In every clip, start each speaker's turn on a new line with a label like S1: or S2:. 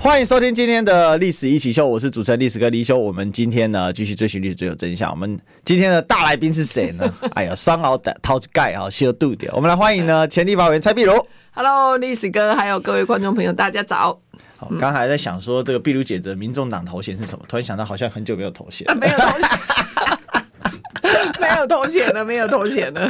S1: 欢迎收听今天的《历史一起秀》，我是主持人历史哥李修。我们今天呢，继续追寻历史，追求真相。我们今天的大来宾是谁呢？哎呀，双鳌的桃子盖啊，修度的。我们来欢迎呢前立法委员蔡碧如。
S2: Hello，历史哥，还有各位观众朋友，大家 早！
S1: 好，刚才在想说这个碧如姐的民众党头衔是什么，突然想到好像很久没有头衔
S2: 啊，，没有头衔，没有头衔了，没有头衔了。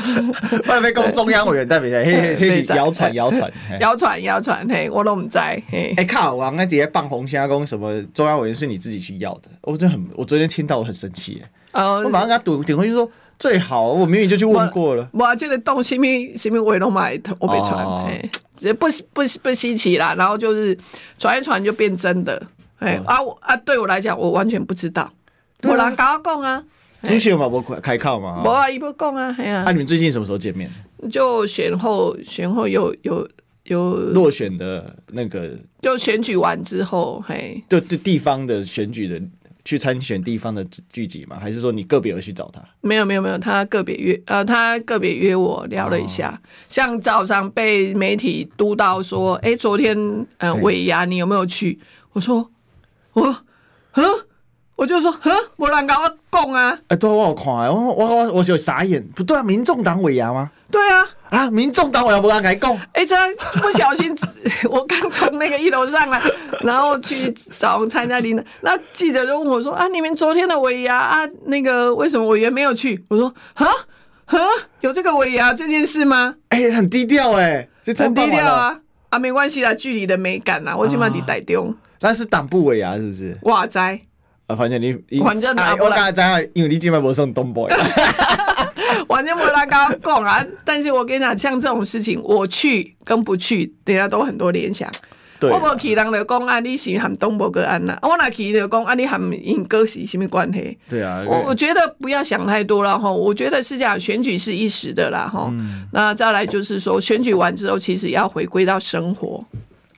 S1: 不然被供中央委员代表来，嘿嘿，
S2: 对
S1: 嘿
S2: 没错
S1: 谣传谣传。嘿
S2: 谣传，谣传，嘿，我都唔知，嘿，
S1: 哎，看我刚才底下放红虾公什么中央委员是你自己去要的，我真的很，我昨天听到我很生气耶，
S2: 哦
S1: 我马上给他怼怼回去说最好，我明明就去问过了。
S2: 哇，这个洞什么什么围龙买，我被传
S1: 哦，
S2: 哎，这不不不稀奇啦。然后就是传一传就变真的，哎
S1: 哦
S2: 啊我啊，对我来讲，我完全不知道，
S1: 对啊哦
S2: 我人甲我讲啊，
S1: 主席有嘛，我开开靠嘛。
S2: 无啊，伊不讲啊，嘿
S1: 那、
S2: 啊，
S1: 你们最近什么时候见面？
S2: 就选后选后有有有，
S1: 落选的那个，
S2: 就选举完之后，嘿，
S1: 就就地方的选举的，去参选地方的聚集吗？还是说你个别有去找他？
S2: 没有没有没有，他个别约呃，他个别约我聊了一下。像早上被媒体督到说，哎，昨天呃
S1: 嘿
S2: 尾牙你有没有去？我说我，呵，我就说呵，没人跟我讲啊，
S1: 哎、对，我有看，我我我我有傻眼，不对啊，民众党尾牙吗？
S2: 对啊，
S1: 啊，民众党尾牙不敢来讲，
S2: 哎，这不小心 我刚从那个一楼上来，然后去找参加领导，那记者就问我说啊，你们昨天的尾牙啊，那个为什么委员没有去？我说啊。呵，有这个尾牙这件事吗？
S1: 哎、很低调哎、欸，就真
S2: 很低
S1: 办完
S2: 调
S1: 了。
S2: 啊啊，没关系啦，距离的美感啦，我起码得
S1: 啊
S2: 台中，
S1: 那是党部尾牙是不是？
S2: 哇塞，
S1: 啊，反正你，你
S2: 反正
S1: 哎
S2: 啊
S1: 我刚才知道，因为你今晚无送东 boy，
S2: 完全没人跟我讲啊。 但是我跟你讲，像这种事情，我去跟不去，等下都很多联想。
S1: 对
S2: 我无去，人就讲啊，你是含东博个安啦；啊我若去就讲啊，你含因哥是什么关系？
S1: 对啊，
S2: 我我觉得不要想太多了哈，我觉得是这样，选举是一时的啦哈。
S1: 嗯
S2: 那再来就是说，选举完之后，其实要回归到生活。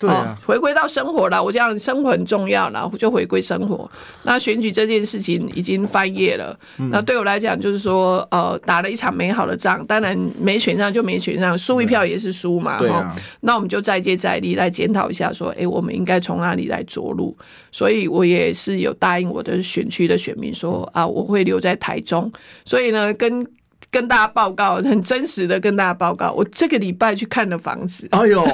S1: 对
S2: 哦
S1: 啊，
S2: 回归到生活了。我这样生活很重要啦，就回归生活。那选举这件事情已经翻页了，
S1: 嗯
S2: 那对我来讲就是说，呃，打了一场美好的仗，当然没选上就没选上，输一票也是输嘛，
S1: 对
S2: 哈、
S1: 啊
S2: 那我们就再接再厉来检讨一下，说，哎、我们应该从哪里来着陆？所以我也是有答应我的选区的选民说，啊，我会留在台中。所以呢，跟跟大家报告，很真实的跟大家报告，我这个礼拜去看了房子，
S1: 哎 呦，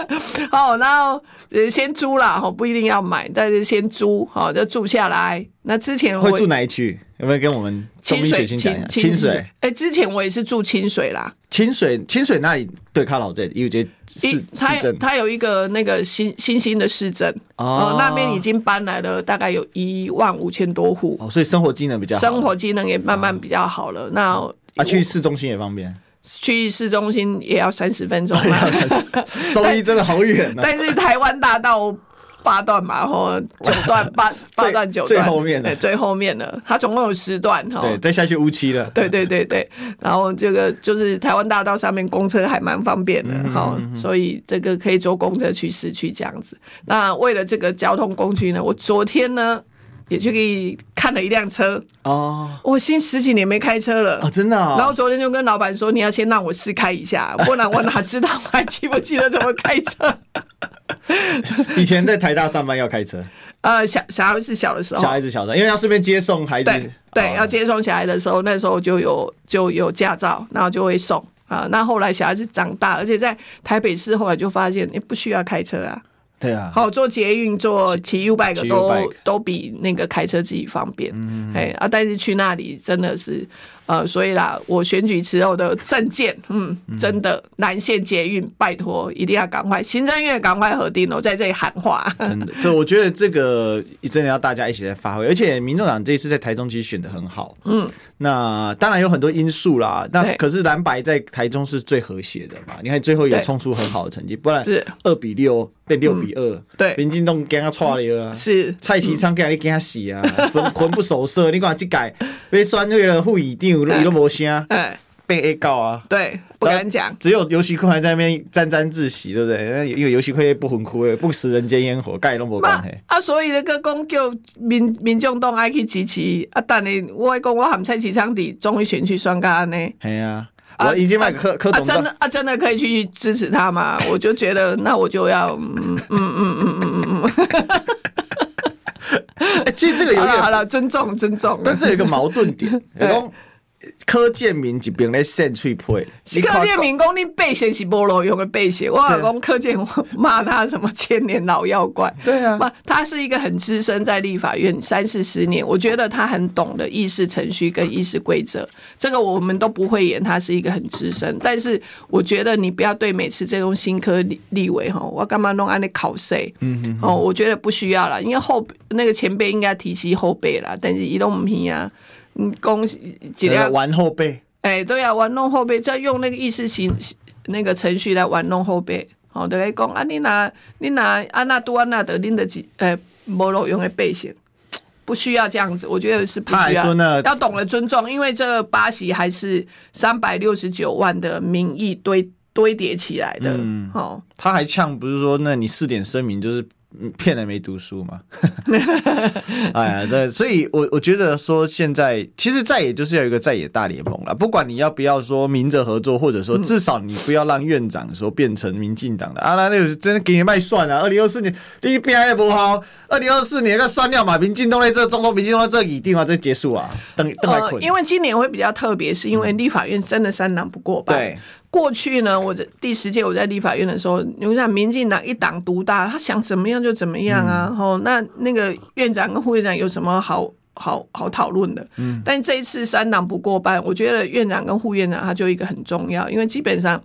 S2: 好，然后呃先租啦，哈，不一定要买，但是先租，好，就住下来。那之前我
S1: 会住哪一区？有没有跟我们中
S2: 清
S1: 民血
S2: 水，
S1: 亲讲一下？啊清水
S2: 哎。、之前我也是住清水啦，
S1: 清水清水那里对靠老镇，因为这市
S2: 一它
S1: 市政
S2: 它有一个那个新新兴的市政，
S1: 哦
S2: 那边已经搬来了大概有一万五千多户，
S1: 哦，所以生活机能比较好哦
S2: 生活机能也慢慢比较好了。那
S1: 啊，
S2: 我
S1: 去市中心也方 便。
S2: 去市中心也要三十分钟嘛，
S1: 周一真的好远啊！
S2: 但是台湾大道八段嘛，吼，九段八
S1: 最
S2: 八段九段
S1: 最后面了
S2: 对，最后面了。它总共有十段哈。
S1: 对，再下去乌七了。
S2: 对对对对，然后这个就是台湾大道上面公车还蛮方便的
S1: 嗯
S2: 哈、所以这个可以坐公车去市区这样子。那为了这个交通工具呢，我昨天呢也去给看了一辆车，
S1: 哦
S2: 我新十几年没开车了
S1: 哦，真的哦。
S2: 然后昨天就跟老板说，你要先让我试开一下，不然我哪知道我还记不记得怎么开车？
S1: 以前在台大上班要开车，
S2: 呃，小小孩是小的时候
S1: 小，孩子小的，因为要顺便接送孩子
S2: 哦对。对，
S1: 哦
S2: 要接送小孩的时候，那时候就有就有驾照，然后就会送啊。那后来小孩子长大，而且在台北市后来就发现，你哎不需要开车啊，
S1: 对啊。
S2: 好坐捷运、坐骑 U bike
S1: 骑嗯
S2: 都
S1: U-bike
S2: 都比那个开车自己方便。哎啊，但是去那里真的是，呃，所以啦，我选举之后的证件，嗯，真的南线捷运，拜托一定要赶快，行政院赶快核定哦，我在这里喊话。
S1: 真的，对，我觉得这个真的要大家一起来发挥，而且民众党这一次在台中其实选的很好，嗯，那当然有很多因素啦，那
S2: 对
S1: 可是蓝白在台中是最和谐的嘛，你看最后也
S2: 对
S1: 冲出很好的成绩，不然
S2: 是嗯
S1: 二比六变六比二、
S2: 对
S1: 民进党给他错了啊，
S2: 是嗯
S1: 蔡其昌给你给他洗啊，魂魂不守舍，你讲这改被酸对了，副议长你都无声，
S2: 哎，
S1: 八被 A 告啊。
S2: 对，不敢讲。
S1: 只有游戏坤还在那边沾沾自喜，对不对？因为因为游戏坤不魂枯，不食人间烟火，盖拢无关
S2: 嘛
S1: 系。
S2: 啊，所以那个讲叫民民众党爱去支持，啊，但是我讲我含蔡启昌伫中医选区选甲安尼，
S1: 系啊，
S2: 啊
S1: 我已经卖柯柯
S2: 啊，
S1: 总
S2: 真
S1: 召
S2: 的啊，真的可以去支持他吗？我就觉得那我就要，嗯嗯嗯嗯嗯嗯嗯，
S1: 哎其实这个 有
S2: 好
S1: 点
S2: 了好了，尊重尊重。
S1: 但是有一个矛盾 点，
S2: 对
S1: 就讲柯建明一边咧扇脆皮，你看
S2: 柯建明讲你背写是菠萝用的背写，我老公柯建我骂他什么千年老妖怪，
S1: 对啊
S2: 不，他是一个很资深在立法院三四十年，我觉得他很懂得议事程序跟议事规则，这个我们都不会演，他是一个很资深。但是我觉得你不要对每次这种新科立立委哈，我干嘛弄安尼考谁？嗯嗯，哦，我觉得不需要了，因为后那个前辈应该提携后辈啦，但是移动唔平啊。嗯，恭喜，尽
S1: 呃
S2: 量
S1: 玩后背，
S2: 哎，对啊，玩弄后辈，再用那个意识形那个程序来玩弄后辈。好、哦，就来讲啊，你拿你啊拿安娜杜安娜的拎的几呃无路用的背心，不需要这样子，我觉得是不需
S1: 他还
S2: 要
S1: 说呢。
S2: 要懂得尊重，因为这个巴西还是三百六十九万的民意堆堆叠起来的。
S1: 嗯
S2: 哦，
S1: 他还呛，不是说那你四点声明就是嗯骗人没读书 嘛？哎呀，这所以我我觉得说现在其实在野就是要有一个在野大联盟了，不管你要不要说明着合作，或者
S2: 嗯
S1: 说至少你不要让院长说变成民进党的啊，那那有真的给你卖算啊！二零二四年你变也不好，二零二四年个算掉嘛，民进党在这中国民进党在这一定啊，这结束啊，等等还
S2: 呃，
S1: 困，嗯
S2: 因为今年会比较特别，是因为立法院真的三党不过半。
S1: 对，
S2: 过去呢，我在第十届我在立法院的时候，你想民进党一党独大，他想怎么样就怎么样啊。
S1: 嗯
S2: 吼、那那个院长跟副院长有什么好好好讨论的？嗯，但这一次三党不过半，我觉得院长跟副院长他就一个很重要，因为基本上。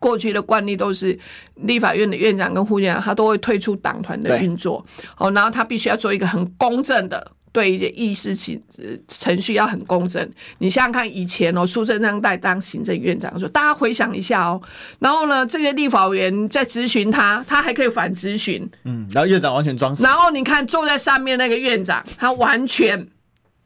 S2: 过去的惯例都是立法院的院长跟副院长，他都会退出党团的
S1: 对
S2: 运作，好，然后他必须要做一个很公正的。对一些议事情呃程序要很公正，你想想看，以前哦，苏贞昌在当行政院长的时候，大家回想一下哦。然后呢，这些立法委员在咨询他，他还可以反咨询。
S1: 嗯，然后院长完全装死
S2: 然，后你看坐在上面那个院长，他完全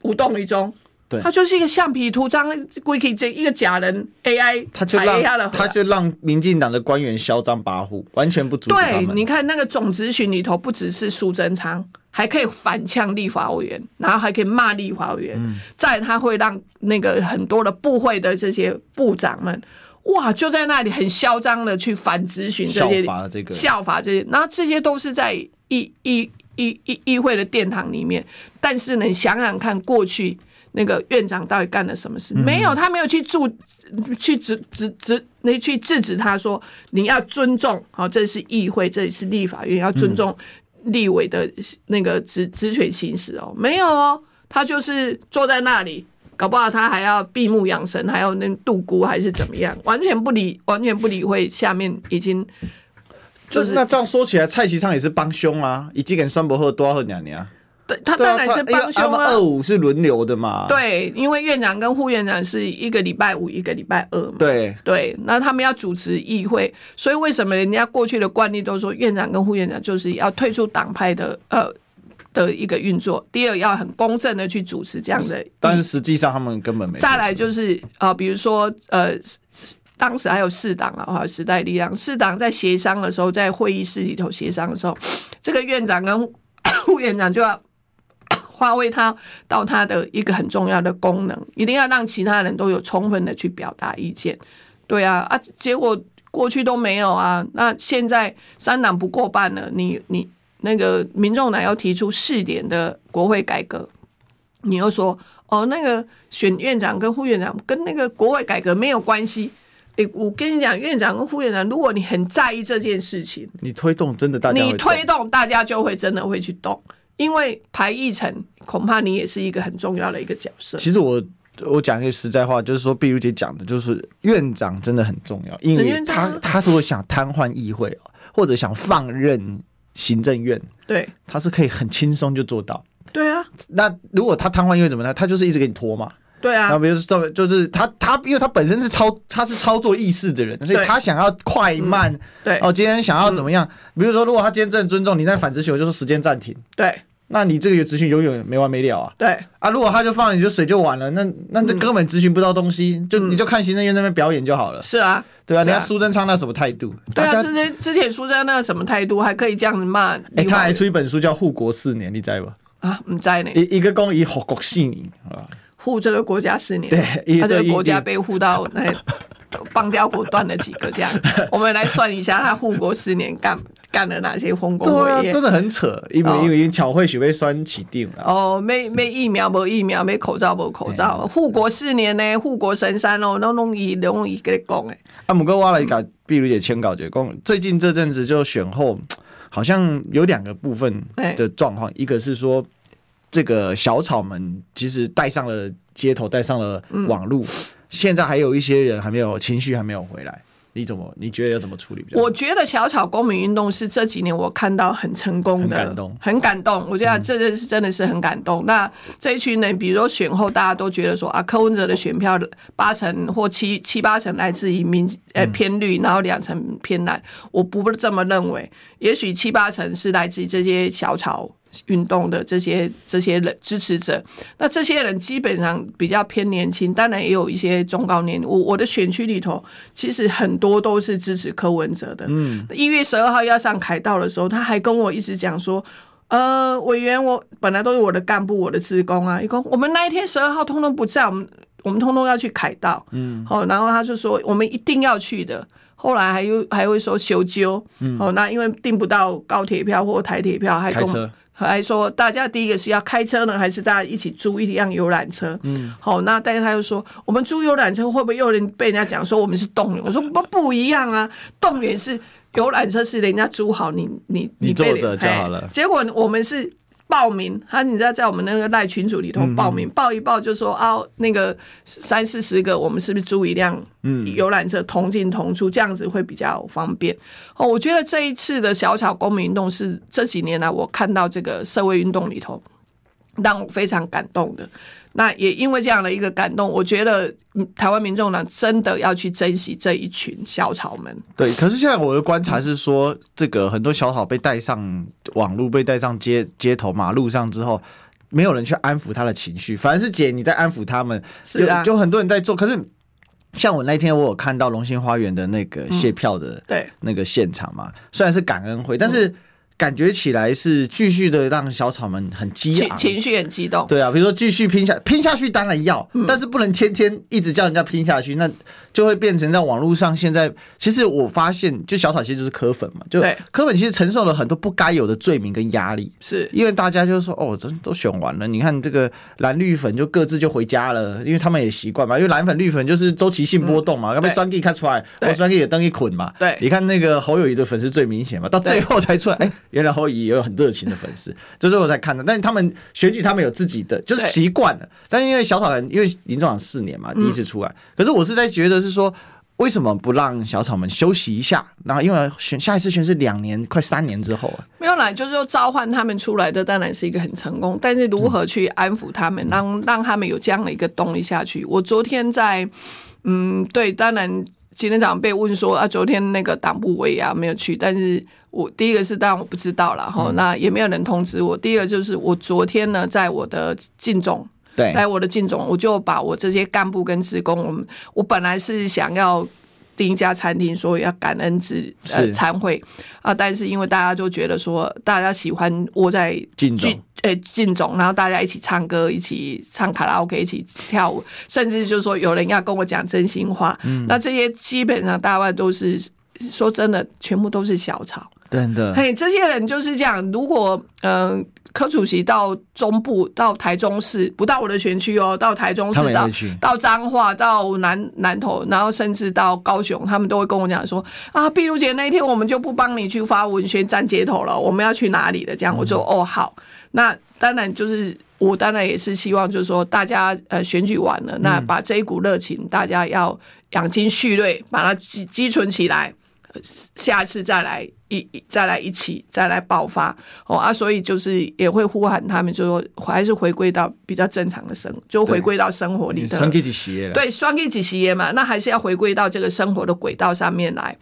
S2: 无动于衷，
S1: 对
S2: 他就是一个橡皮图章 g u 这一个假人 AI
S1: 他就
S2: 采
S1: 让
S2: AI 了
S1: 他就让民进党的官员嚣张跋扈，完全不阻止他
S2: 对，
S1: 们。
S2: 你看那个总咨询里头，不只是苏贞昌，还可以反呛立法委员，然后还可以骂立法委员。
S1: 嗯
S2: 再来他会让那个很多的部会的这些部长们，哇，就在那里很嚣张的去反咨询这些
S1: 效法这个
S2: 效法这些，然后这些都是在议议议议议会的殿堂里面。但是呢，你想想看，过去那个院长到底干了什么
S1: 嗯
S2: 事？没有，他没有去助去指指指那去制止他说你要尊重，好、这是议会，这里是立法院，要尊重立委的那个职职权行使哦。没有哦，他就是坐在那里。搞不好他还要闭目养神，还要那度孤还是怎么样，完全不理，完全不理会下面已经
S1: 就是那这样说起来，蔡其昌也是帮凶啊，一季跟酸伯赫多少喝两年啊？
S2: 对他
S1: 对
S2: 当
S1: 啊，
S2: 然是
S1: 他因为
S2: 帮凶
S1: 他们
S2: 啊
S1: 二。五是轮流的嘛。
S2: 对，啊因为院长跟副院长是一个礼拜五，一个礼拜二嘛。
S1: 对
S2: 对，那他们要主持议会，所以为什么人家过去的惯例都说院长跟副院长就是要退出党派的呃的一个运作，第二要很公正的去主持这样的。
S1: 但是实际上他们根本没。
S2: 再来就是呃，比如说呃。当时还有四党啊，还有时代力量。四党在协商的时候，在会议室里头协商的时候，这个院长跟 副院长就要发挥他到他的一个很重要的功能，一定要让其他人都有充分的去表达意见。对啊，啊，结果过去都没有啊，那现在三党不过半了，你你那个民众党要提出试点的国会改革，你又说哦，那个选院长跟副院长跟那个国会改革没有关系。诶，我跟你讲，院长跟副院长，如果你很在意这件事情，
S1: 你推动，真的大家会
S2: 你
S1: 动
S2: 推动大家就会真的会去动，因为排议程恐怕你也是一个很重要的一个角色。
S1: 其实我我讲一句实在话，就是说碧如姐讲的，就是院长真的很重要，因为
S2: 院长
S1: 他
S2: 啊
S1: 他如果想瘫痪议会哦，或者想放任行政院，
S2: 对
S1: 他是可以很轻松就做到。
S2: 对啊，
S1: 那如果他瘫痪议会怎么呢？他就是一直给你拖嘛。
S2: 对
S1: 然后
S2: 啊，
S1: 比如说这，就是他他，因为他本身是操他是操作意识的人，所以
S2: 对嗯
S1: 他想要快慢。哦
S2: 对嗯
S1: 哦，今天想要怎么样？比如说，如果他今天真的尊重你，但反直球就是时间暂停。
S2: 对
S1: 那你这个资讯永远没完没了啊。
S2: 对，
S1: 啊，如果他就放了，你就水就完了，那那这根本咨询不到东西，就你就看行政院那边表演就好了，
S2: 是啊，
S1: 对吧、啊？
S2: 嗯是
S1: 你看苏贞昌那什么态度？
S2: 对
S1: 大
S2: 啊，
S1: 家
S2: 之前之前苏贞昌那个什么态度，还可以这样子骂立
S1: 哎、
S2: 委？
S1: 他还出一本书叫《护国四年》，你知道吧？
S2: 啊，唔知呢，
S1: 一一个公以护国四年，啊，
S2: 护这个国家四年，
S1: 对
S2: 他这
S1: 一
S2: 个国
S1: 一
S2: 家被护到 那邦交国断了几个这样，我们来算一下他护国四年干干了哪些丰功
S1: 对啊，
S2: 伟业
S1: 真。的很扯，因为、
S2: 哦
S1: 因为因为巧慧许被酸起定了。
S2: 哦，没没疫苗，没疫苗，没口罩，没口罩。护国四年呢，护国神山哦，拢拢伊拢伊跟你讲诶，
S1: 啊，姆哥挖了一个，碧如姐签稿就讲，最近这阵子就选后，好像有两个部分
S2: 哎
S1: 的状况，一个是说这个小草们其实带上了街头，带上了网路，现在还有一些人还没有情绪还没有回来，你怎么你觉得要怎么处理比较好？
S2: 我觉得小草公民运动是这几年我看到很成功的，
S1: 很感动嗯
S2: 很感动我觉得这件事真的是很感动。那这一群人，比如说选后，大家都觉得说啊，柯文哲的选票八成或七七八成来自于民呃
S1: 嗯
S2: 偏绿，然后两成偏蓝，我不这么认为。也许七八成是来自于这些小草。运动的这些这些人支持者，那这些人基本上比较偏年轻，当然也有一些中高年龄。我我的选区里头，其实很多都是支持柯文哲的。嗯，一月十二号要上凯道的时候，他还跟我一直讲说。呃，委员，我本来都是我的干部，我的职工啊，一共我们那一天十二号通通不在，我们我们通通要去凯道，嗯，好、然后他就说我们一定要去的，后来还有还会说修纠，嗯，哦，那因为订不到高铁票或台铁票，还跟我
S1: 开车
S2: 还说大家第一个是要开车呢，还是大家一起租一辆游览车？嗯，好，那但是他又说，我们租游览车会不会又有人被人家讲说我们是动员？我说不不一样啊，动员是游览车是人家租好你你
S1: 你
S2: 被
S1: 坐着就好了
S2: 哎结果我们是。报名，他你知道在我们那个赖群组里头
S1: 嗯
S2: 报名，报一报就说啊，那个三四十个，我们是不是租一辆
S1: 嗯
S2: 游览车同进同出，这样子会比较方便？哦，我觉得这一次的小草公民运动是这几年来我看到这个社会运动里头让我非常感动的。那也因为这样的一个感动，我觉得嗯台湾民众党真的要去珍惜这一群小草们。
S1: 对，可是现在我的观察是说，这个很多小草被带上网路，被带上街街头马路上之后，没有人去安抚他的情绪，反而是姐你在安抚他们，
S2: 是啊
S1: 就就很多人在做。可是像我那天我有看到龙兴花园的那
S2: 嗯
S1: 个卸票的
S2: 对，
S1: 那个现场嘛，虽然是感恩会，但
S2: 嗯
S1: 是感觉起来是继续的让小草们很激
S2: 情
S1: 昂。
S2: 情绪很激动。
S1: 啊对啊，比如说继续拼下拼下去，当然要，但是不能天天一直叫人家拼下去，那就会变成在网络上现在，其实我发现，就小草其实就是柯粉嘛，就
S2: 对
S1: 柯粉其实承受了很多不该有的罪名跟压力。
S2: 是
S1: 因为大家就说哦，都都选完了，你看这个蓝绿粉就各自就回家了，因为他们也习惯嘛，因为蓝粉绿粉就是周期性波动嘛，要被
S2: 嗯对
S1: 酸 G 看出来，哦
S2: 对
S1: 我酸 G 也登一捆嘛，
S2: 对
S1: 你看那个侯友谊的粉丝最明显嘛，到最后才出来，哎，原来侯友谊也有很热情的粉丝， 这是我才看到，但是他们选举他们有自己的，就是
S2: 对嗯
S1: 习惯了，但是因为小草人，因为林总长四年嘛，第一次出来，可是我是在觉得是说。为什么不让小草们休息一下？然后因为选下一次选是两年快三年之后啊，
S2: 没有啦，就是说召唤他们出来的当然是一个很成功，但是如何去安抚他们，让让他们有这样的一个动力下去？我昨天在，嗯，对，当然今天早上被问说啊，昨天那个党部委啊没有去，但是我第一个是当然我不知道了哈，那也没有人通知我。第二个就是我昨天呢，在我的进总
S1: 对，
S2: 在我的进总，我就把我这些干部跟职工，我们我本来是想要订一家餐厅，说要感恩之呃
S1: 是
S2: 餐会啊，但是因为大家就觉得说，大家喜欢窝在
S1: 进总
S2: 总，呃进总，然后大家一起唱歌，一起唱卡拉 OK，一起跳舞，甚至就是说有人要跟我讲真心话，
S1: 嗯
S2: 那这些基本上大半都是说真的，全部都是小草。
S1: 真的，
S2: 嘿，这些人就是这样。如果嗯、呃柯主席到中部，到台中市，不到我的选区哦，到台中
S1: 他们
S2: 市，
S1: 也
S2: 到
S1: 会去
S2: 到彰化，到南南投，然后甚至到高雄，他们都会跟我讲说啊，碧如姐那一天我们就不帮你去发文宣站街头了，我们要去哪里的？这样，我就
S1: 嗯
S2: 哦好，那当然就是。我当然也是希望，就是说大家呃选举完了，那把这一股热情，大家要养精蓄锐，把它积积存起来，下次再来一一再来一起再来爆发哦啊，所以就是也会呼喊他们，就说还是回归到比较正常的生，就回归到生活里的
S1: 传给几鞋了。
S2: 对，双 K 几十页嘛，那还是要回归到这个生活的轨道上面来。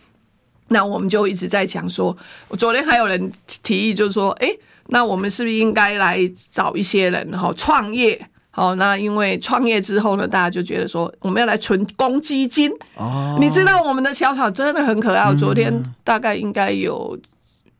S2: 那我们就一直在讲说，我昨天还有人提提议，就是说，哎、那我们是不是应该来找一些人哈创业？好，那因为创业之后呢，大家就觉得说我们要来存公积金。
S1: 哦，嗯
S2: 你知道我们的小草真的很可爱，我昨天大概应该有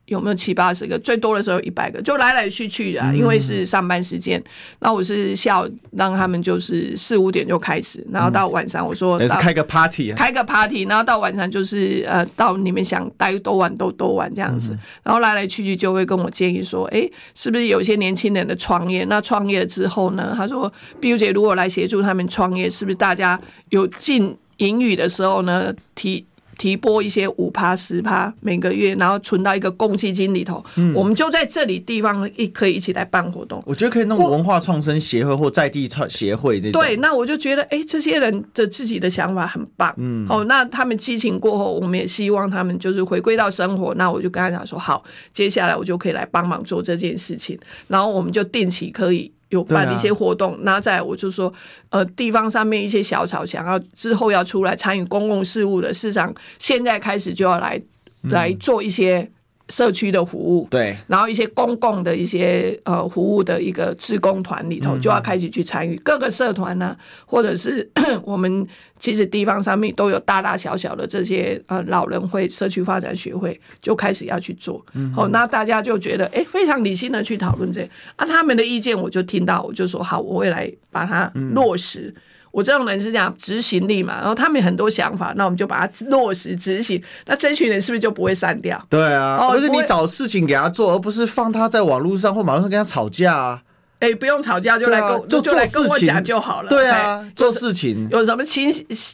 S2: 有没有七八十个，最多的时候有一百个，就来来去去
S1: 嗯
S2: 的啊、因为是上班时间。那我是下午让他们就是四五点就开始，然后到晚上我说
S1: 也嗯哎是
S2: 到
S1: 开个 party 啊，
S2: 开个 party，然后到晚上就是呃，到你们想待多晚都多晚这样子，然后来来去去就会跟我建议说，哎，是不是有一些年轻人的创业？那创业之后呢？他说，碧如姐如果来协助他们创业，是不是大家有进盈余的时候呢，提提拨一些五趴十趴每个月，然后存到一个公积金里头，我们就在这里地方一可以一起来办活动。
S1: 我觉得可以弄文化创生协会或在地创协会这种。
S2: 对，，那我就觉得，哎、这些人的自己的想法很棒，嗯，哦，那他们激情过后，我们也希望他们就是回归到生活。那我就跟他讲说，好，接下来我就可以来帮忙做这件事情，然后我们就定期可以。有办
S1: 对啊
S2: 一些活动，然后再来我就说，呃，地方上面一些小草想要之后要出来参与公共事务的市场，现在开始就要来、来做一些社区的服务，
S1: 对，
S2: 然后一些公共的一些呃服务的一个志工团里头，就要开始去参与各个社团呢、或者是 我们其实地方上面都有大大小小的这些呃老人会、社区发展学会，就开始要去做。哦，那大家就觉得哎，诶非常理性的去讨论这啊，他们的意见我就听到，我就说好，我会来把它落实。我这种人是这样执行力嘛，然后他们有很多想法，那我们就把它落实执行，那这群人是不是就不会散掉？
S1: 对啊，
S2: 哦
S1: 而且
S2: 不
S1: 你
S2: 会
S1: 找事情给他做，而不是放他在网络上或马路上跟他吵架啊。
S2: 哎、不用吵架，就
S1: 对
S2: 来
S1: 啊
S2: 跟、
S1: 就
S2: 就来
S1: 做
S2: 跟我
S1: 事情
S2: 讲就好了。
S1: 对啊
S2: 哎，
S1: 做事情
S2: 有什么情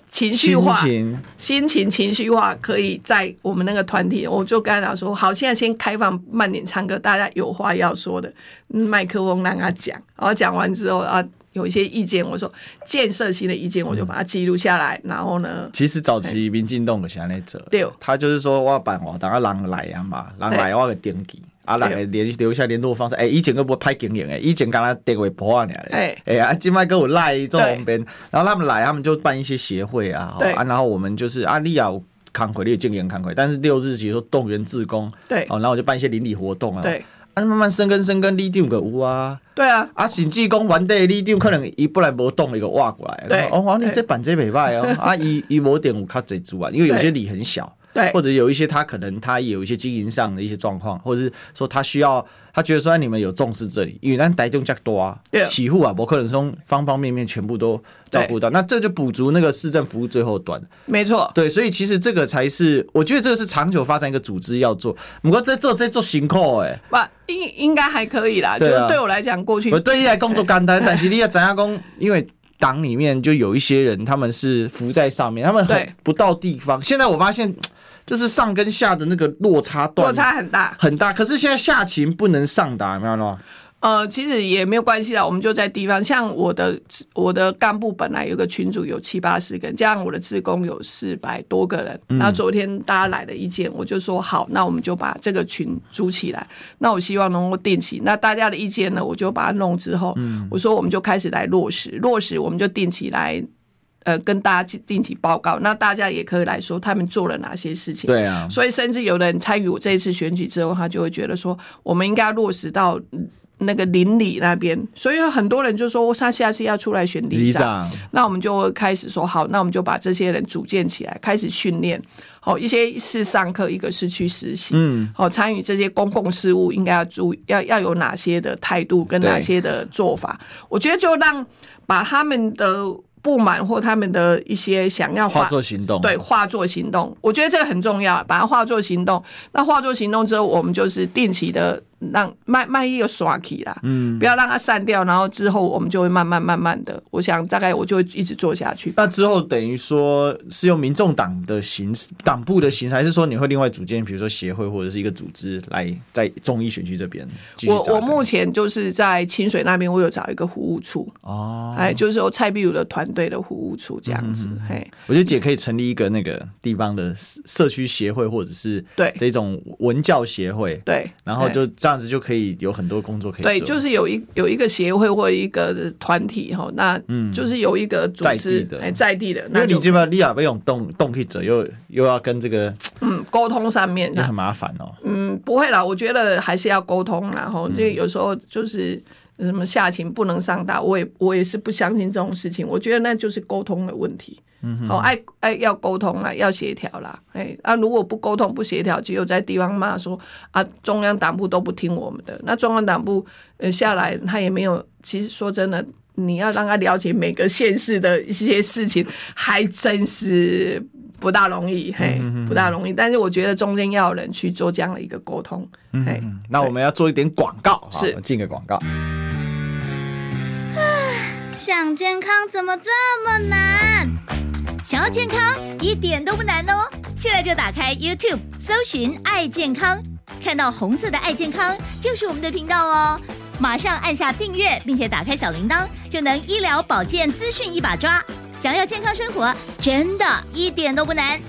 S2: 情绪化、
S1: 情
S2: 心情情绪化，可以在我们那个团体，我就跟他讲说，好，现在先开放慢点唱歌，大家有话要说的，嗯麦克风让他讲，然后讲完之后啊，有一些意见，我说建设性的意见，我
S1: 嗯
S2: 就把它记录下来，然后呢，
S1: 其实早期民进党就是安尼做，
S2: 嗯对
S1: 他就是说我办活动啊，人来啊嘛，人来我个登记，啊，人
S2: 对
S1: 会联留下联络方式。诶、以前个不歹经营诶，以前敢若电话簿啊尔咧，
S2: 哎
S1: 哎呀，今麦跟我赖这种
S2: 对
S1: 方便，然后他们来，他们就办一些协会啊，吼
S2: 对
S1: 啊，然后我们就是啊，你也有康奎，你有经营康奎，但是六日比如说动员志工，
S2: 对
S1: 哦，然后我就办一些邻里活动啊，
S2: 对，
S1: 啊，慢慢生根生根，你定个有啊。
S2: 对啊，
S1: 啊，甚至讲原地你有可能伊本来无动伊个挖过来，
S2: 对
S1: 哦，哦，你
S2: 对
S1: 这板这袂歹哦， 啊，伊伊无点有较侪资源，因为有些
S2: 对
S1: 里很小，
S2: 对
S1: 或者有一些他可能他有一些经营上的一些状况，或者是说他需要，他觉得说哎你们有重视这里，因为咱台中较多啊
S2: 对，
S1: 起户啊，不可能从方方面面全部都照顾到，那这就补足那个市政服务最后端。
S2: 没错，
S1: 对，所以其实这个才是，我觉得这个是长久发展一个组织要做，不过这做这做辛苦哦哎诶、
S2: 不应应该还可以啦，就
S1: 对啊
S2: 是对我来讲，过 去
S1: 我对你来工作简单，但是你要怎样讲？因为党里面就有一些人，他们是浮在上面，他们很
S2: 对
S1: 不到地方。现在我发现，就是上跟下的那个落差段
S2: 落差很大，
S1: 很大。可是现在下情不能上达，有没有呢？
S2: 呃，其实也没有关系啦，我们就在地方。像我的我的干部本来有个群组有七八十个人，加上我的职工有四百多个人。然后昨天大家来的意见，我就说好，那我们就把这个群组起来。那我希望能够定期，那大家的意见呢，我就把它弄之后，我说我们就开始来落实，落实我们就定期来。呃，跟大家去定期报告，那大家也可以来说他们做了哪些事情。
S1: 对啊，
S2: 所以甚至有的人参与我这一次选举之后，他就会觉得说，我们应该落实到嗯那个邻里那边。所以有很多人就说，哦他下次要出来选里
S1: 里长
S2: 长。那我们就会开始说好，那我们就把这些人组建起来，开始训练。好，一些是上课，一个是去实习。嗯，好，参与这些公共事务应该要注意，要要有哪些的态度跟
S1: 对
S2: 哪些的做法？我觉得就让把他们的不满或他们的一些想要
S1: 化
S2: 发
S1: 作行动，
S2: 对，化作行动，我觉得这个很重要，把它化作行动。那化作行动之后，我们就是定期的让卖卖艺有刷起啦，嗯，不要让它散掉，然后之后我们就会慢慢慢慢的，我想大概我就会一直做下去。
S1: 那之后等于说是用民众党的形式、党部的形式，还是说你会另外组建，比如说协会或者是一个组织来在中医选区这边继续
S2: 我
S1: 扎根？
S2: 我目前就是在清水那边，我有找一个服务处，
S1: 哦，嗯
S2: 哎，就是有蔡壁如的团队的服务处这样子，嘿，
S1: 我觉得姐可以成立一个那个地方的社社区协会，或者是
S2: 对
S1: 这种文教协会，
S2: 对，
S1: 然后
S2: 嘿
S1: 就这样子就可以有很多工作可以做。
S2: 对，就是有一有一个协会或一个团体哈，那就是有一个
S1: 嗯
S2: 组
S1: 在地
S2: 织
S1: 的
S2: 哎在地的，
S1: 因
S2: 那
S1: 为你
S2: 就
S1: 这边利亚被用动动去者，又又要跟这个
S2: 嗯沟通上面
S1: 也很麻烦哦。
S2: 嗯，嗯，不会啦，我觉得还是要沟通啦，然后就有时候就是什么下情不能上达，我也我也是不相信这种事情，我觉得那就是沟通的问题。嗯，哦，爱爱要沟通啦，要协调啦，哎啊，如果不沟通不协调，只有在地方骂说啊，中央党部都不听我们的，那中央党部呃下来他也没有，其实说真的。你要让他了解每个县市的一些事情，还真是不大容易，
S1: 嗯
S2: 嘿，不大容易。但是我觉得中间要有人去做这样的一个沟通，
S1: 嗯
S2: 嘿，
S1: 那我们要做一点广告，哈
S2: 是
S1: 我进个广告。
S3: 想健康怎么这么难？想要健康一点都不难哦！现在就打开 YouTube 搜寻“爱健康”，看到红色的“爱健康”就是我们的频道哦。马上按下订阅，并且打开小铃铛，就能医疗保健资讯一把抓。想要健康生活，真的一点都不难，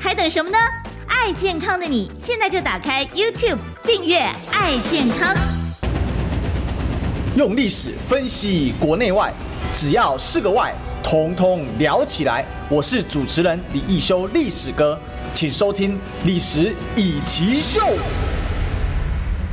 S3: 还等什么呢？爱健康的你，现在就打开 YouTube 订阅“爱健康”。
S4: 用历史分析国内外，只要是个“外”，统统聊起来。我是主持人李一修，历史哥，请收听《历史以奇秀》。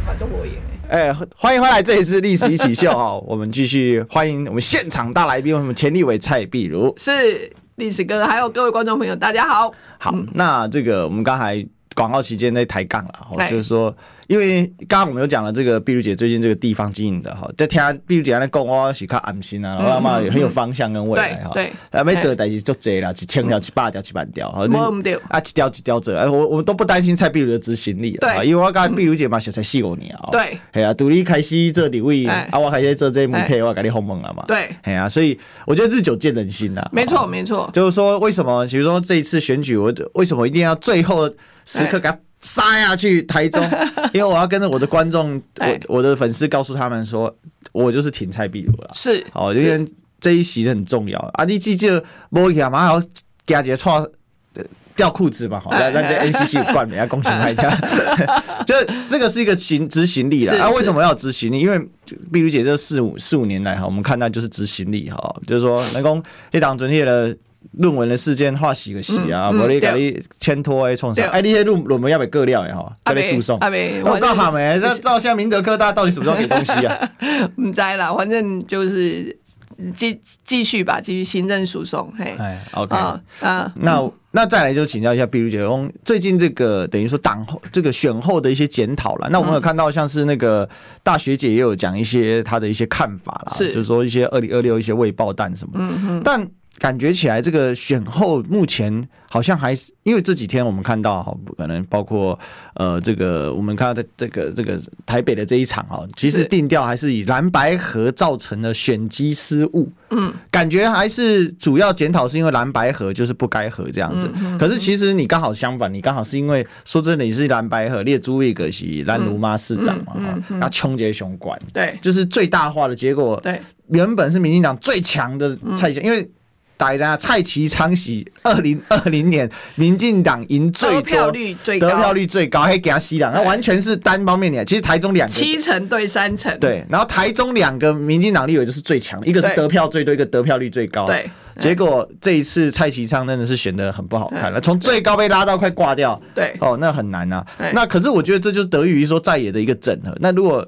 S2: 反正啊我也
S1: 哎、欢迎回来，这里是历史一起秀哈、我们继续欢迎我们现场大来宾，我们钱立伟、蔡碧如。
S2: 是历史哥，还有各位观众朋友，大家好。
S1: 好，那这个我们刚才广告期间在抬杠了，哦
S2: 哎
S1: 就是说，因为刚刚我们有讲了这个碧如姐最近这个地方经营的哦哈，在听啊碧如姐在讲，我是较安心啊，
S2: 嗯
S1: 我嘛
S2: 嗯
S1: 很有方向跟未来
S2: 对
S1: 哈。
S2: 对
S1: 啊，没做代志就多啦，一千条、一百条、一万条，哈
S2: 没唔对
S1: 啊，一条一条做，哎，我我们都不担心蔡碧如的执行力了，
S2: 对
S1: 哈因为我刚才碧如姐嘛，小才四五年啊，
S2: 对，
S1: 系啊，独立开始做李位，
S2: 哎
S1: 啊，我开始做这媒体，我给你鸿蒙了嘛，，
S2: 对，
S1: 系啊，所以我觉得日久见人心呐，
S2: 没
S1: 哦
S2: 错，没错，
S1: 就是说，为什么比如说这一次选举，我为什么一定要最后时刻给他杀下去台 中？因为我要跟着我的观众，
S2: 哎
S1: 我我的粉丝告诉他们说，我就是挺蔡壁如了。
S2: 是
S1: 哦，因为这一席很重要啊！你记得无去啊，马上加一个创掉裤子嘛，吼，
S2: 哎
S1: 咱咱这 NCC 有冠名啊，恭喜大家！ 就是这个是一个行执行力
S2: 是
S1: 啦。啊，
S2: 是
S1: 为什么要有执行力？因为碧如姐这四五四五年来哈，我们看到就是执行力哈，就是说能够一党专业的。论文的事件化洗个洗啊，
S2: 嗯嗯
S1: 无你
S2: 对
S1: 甲你牵拖诶创啥？
S2: 对啊
S1: 哎，你迄论论文要袂过了诶吼，甲你
S2: 伯
S1: 诉讼。
S2: 阿伯
S1: 我
S2: 反正
S1: 告他们，这照现在明德科大到底什么时候给东西啊？
S2: 唔知啦，反正就是继继续吧，继续行政诉讼，嘿，
S1: 哎，OK，
S2: 啊啊，
S1: 那那再来就请教一下碧如姐，用最近这个等于说党后这个选后的一些检讨了。那我们有看到像是那个大学姐也有讲一些她的一些看法啦，
S2: 是
S1: 就
S2: 嗯
S1: 是说一些二零二六一些未爆弹什么的。但感觉起来，这个选后目前好像还是因为这几天我们看到哈，可能包括呃这个我们看到在这个这个台北的这一场哈，其实
S2: 是
S1: 定调还是以蓝白河造成的选机失误。
S2: 嗯，
S1: 感觉还是主要检讨是因为蓝白合就是不该合这样
S2: 嗯
S1: 子。可是其实你刚好相反，你刚好是因为说真的，你是蓝白合列朱一个是蓝如妈市长
S2: 嗯
S1: 嘛，哈然后穷杰雄管，
S2: 对
S1: 就是最大化的结果。
S2: 对，嗯
S1: 原本是民进党最强的蔡强，因为。打一下蔡其昌喜，二零二零年民进党赢最多，
S2: 得票率最
S1: 得票
S2: 高，
S1: 率最高，还给他吸了，那
S2: 对
S1: 完全是单方面的。其实台中两个
S2: 七成对三成，
S1: 对，然后台中两个民进党立委就是最强的，一个是
S2: 对
S1: 得票最多，一个得票率最高。
S2: 对，
S1: 结果这一次蔡其昌真的是选的很不好看了，从最高被拉到快挂掉。
S2: 对
S1: 哦，那很难啊
S2: 对。
S1: 那可是我觉得这就是得益于说在野的一个整合。那如果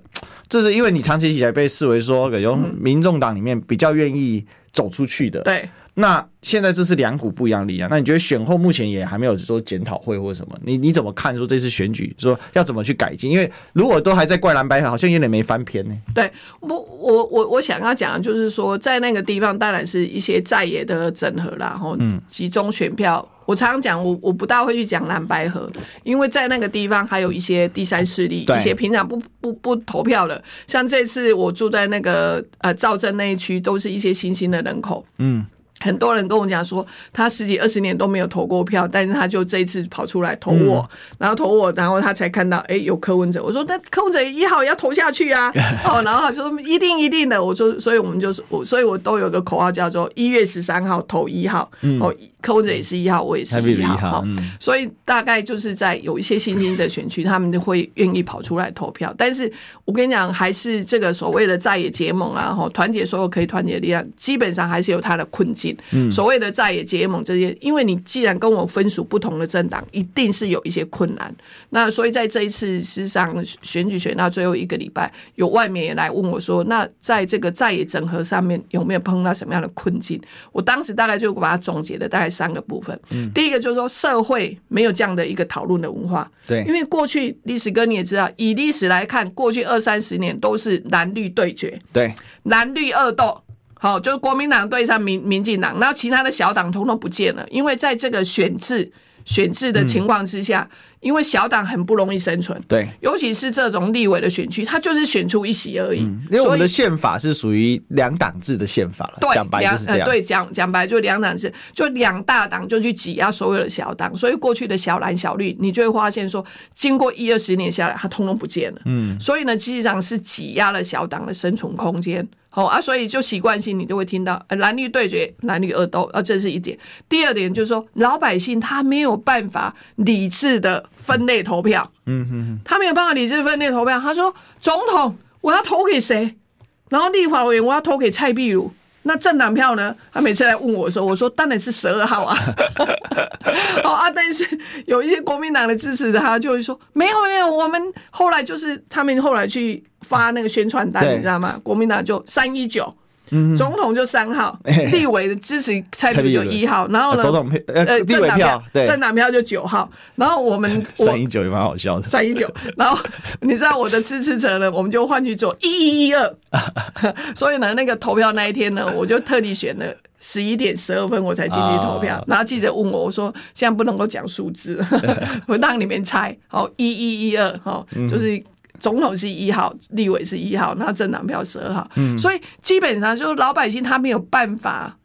S1: 这是因为你长期以来被视为说，可能民众党里面比较愿意走出去的，
S2: 对，
S1: 那现在这是两股不一样的力量，那你觉得选后目前也还没有说检讨会或什么？你你怎么看说这次选举说要怎么去改进？因为如果都还在怪蓝白，好像有点没翻篇呢、
S2: 对，我我我我想要讲的就是说，在那个地方当然是一些在野的整合啦，然后集中选票。我常常讲，我我不大会去讲蓝白河，因为在那个地方还有一些第三势力，
S1: 对
S2: 一些平常不不不投票的，像这次我住在那个呃赵镇那一区，都是一些新兴的人口，
S1: 嗯，
S2: 很多人跟我讲说，他十几二十年都没有投过票，但是他就这一次跑出来投我，然后投我，然后他才看到，哎、有柯文哲。我说那柯文哲一号也要投下去 啊，哦，然后他说一定一定的，我说，所以我们就是我，所以我都有个口号叫做一月十三号投一号，哦，柯文哲也是一号，我也是
S1: Happy
S2: 一号，
S1: 一号
S2: 哦
S1: 嗯
S2: 所以大概就是在有一些新兴的选区，他们就会愿意跑出来投票。但是我跟你讲，还是这个所谓的在野结盟啊，吼，团结所有可以团结的力量，基本上还是有它的困境。所谓的在野结盟这些，因为你既然跟我分属不同的政党，一定是有一些困难。那所以在这一次事实上选举选到最后一个礼拜，有外面也来问我说，那在这个在野整合上面有没有碰到什么样的困境？我当时大概就把它总结了大概三个部分。第一个就是说社会没有这样的一个讨论的文化，
S1: 对
S2: 因为过去历史哥你也知道，以历史来看，过去二三十年都是蓝绿对决，
S1: 对，
S2: 蓝绿恶斗。好，就是国民党对上民民进党，然后其他的小党通通不见了，因为在这个选制选制
S1: 嗯
S2: 的情况之下，因为小党很不容易生存，
S1: 对，
S2: 尤其是这种立委的选区，他就是选出一席而已，
S1: 因嗯为我
S2: 所
S1: 们
S2: 以
S1: 的宪法是属于两党制的宪法了，
S2: 对，
S1: 讲白
S2: 两
S1: 就是这样。
S2: 呃、对，讲讲白就两党是，就两大党就去挤压所有的小党，所以过去的小蓝小绿，你就会发现说，经过一二十年下来，它通通不见了。嗯，所以呢，实际上是挤压了小党的生存空间。好、啊，所以就习惯性你就会听到、呃、蓝绿对决、蓝绿恶斗，啊，这是一点。第二点就是说，老百姓他没有办法理智的分类投票。
S1: 嗯
S2: 他没有办法理智分裂投票。他说：“总统我要投给谁？然后立法委员我要投给蔡壁如。”那政党票呢？他每次来问我说：“我说当然是十二 号啊。”哦啊，但是有一些国民党的支持者，他就会说：“没有没有，我们后来就是他们后来去发那个宣传单，
S1: 对嗯
S2: 你知道吗？国民党就三一九。”总统就三号，
S1: 哎
S2: 立委的支持蔡壁如就一号，然后呢，
S1: 总统票呃立
S2: 政
S1: 委
S2: 党
S1: 票对
S2: 政党票就九号，然后我们我
S1: 三一九也蛮好笑的，
S2: 三一九，然后你知道我的支持者呢，我们就换去做一一一二，所以呢，那个投票那一天呢，我就特地选了十一点十二分我才进去投票，
S1: 啊
S2: 然后记者问我，我说现在不能够讲数字， 我让你们猜，好一一一二，好就是。总统是一号，立委是一号，那政党票十二号，所以基本上就是老百姓他没有办法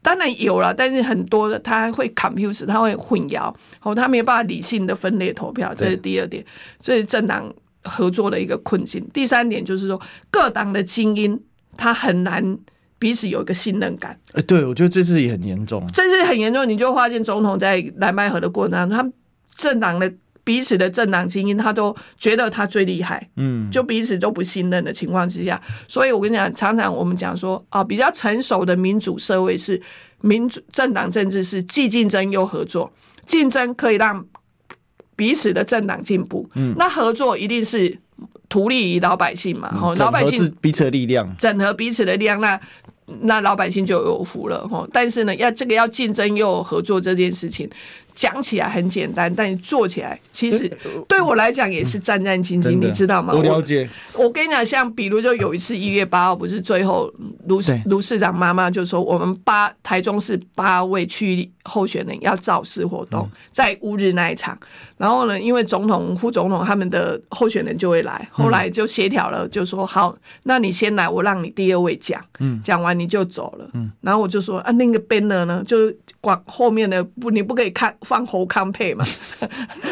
S2: 当然有了，但是很多的他会 confuse，他会混淆，哦，他没有办法理性的分类投票，这是第二点，这是政党合作的一个困境。第三点就是说，各党的精英他很难彼此有一个信任感，
S1: 呃对我觉得这次也很严重。
S2: 这是很严重。你就发现总统在蓝白河的过程当中，他们政党的彼此的政党精英，他都觉得他最厉害，
S1: 嗯，
S2: 就彼此都不信任的情况之下，所以我跟你讲，常常我们讲说啊，比较成熟的民主社会是民主政党政治是既竞争又合作，竞争可以让彼此的政党进步，嗯，那合作一定是图利于老百姓嘛，哦，老
S1: 嗯整
S2: 百
S1: 合
S2: 姓
S1: 是彼此的力量，
S2: 整合彼此的力量，那那老百姓就有福了哈。吼但是呢，要这个要竞争又有合作这件事情，讲起来很简单，但做起来其实对我来讲也是战战兢兢，
S1: 呃真的
S2: 你知道吗？
S1: 我了解。
S2: 我。我跟你讲，像比如就有一次一月八号，不是最后嗯卢
S1: 对
S2: 卢市长妈妈就说，我们八台中市八位区候选人要造势活动，在乌日那一场。然后呢，因为总统、副总统他们的候选人就会来，后来就协调了，就说好，那你先来，我让你第二位讲，讲完你就走了，然后我就说啊，那个 banner 呢，就是往后面的不，你不可以看放侯康配嘛，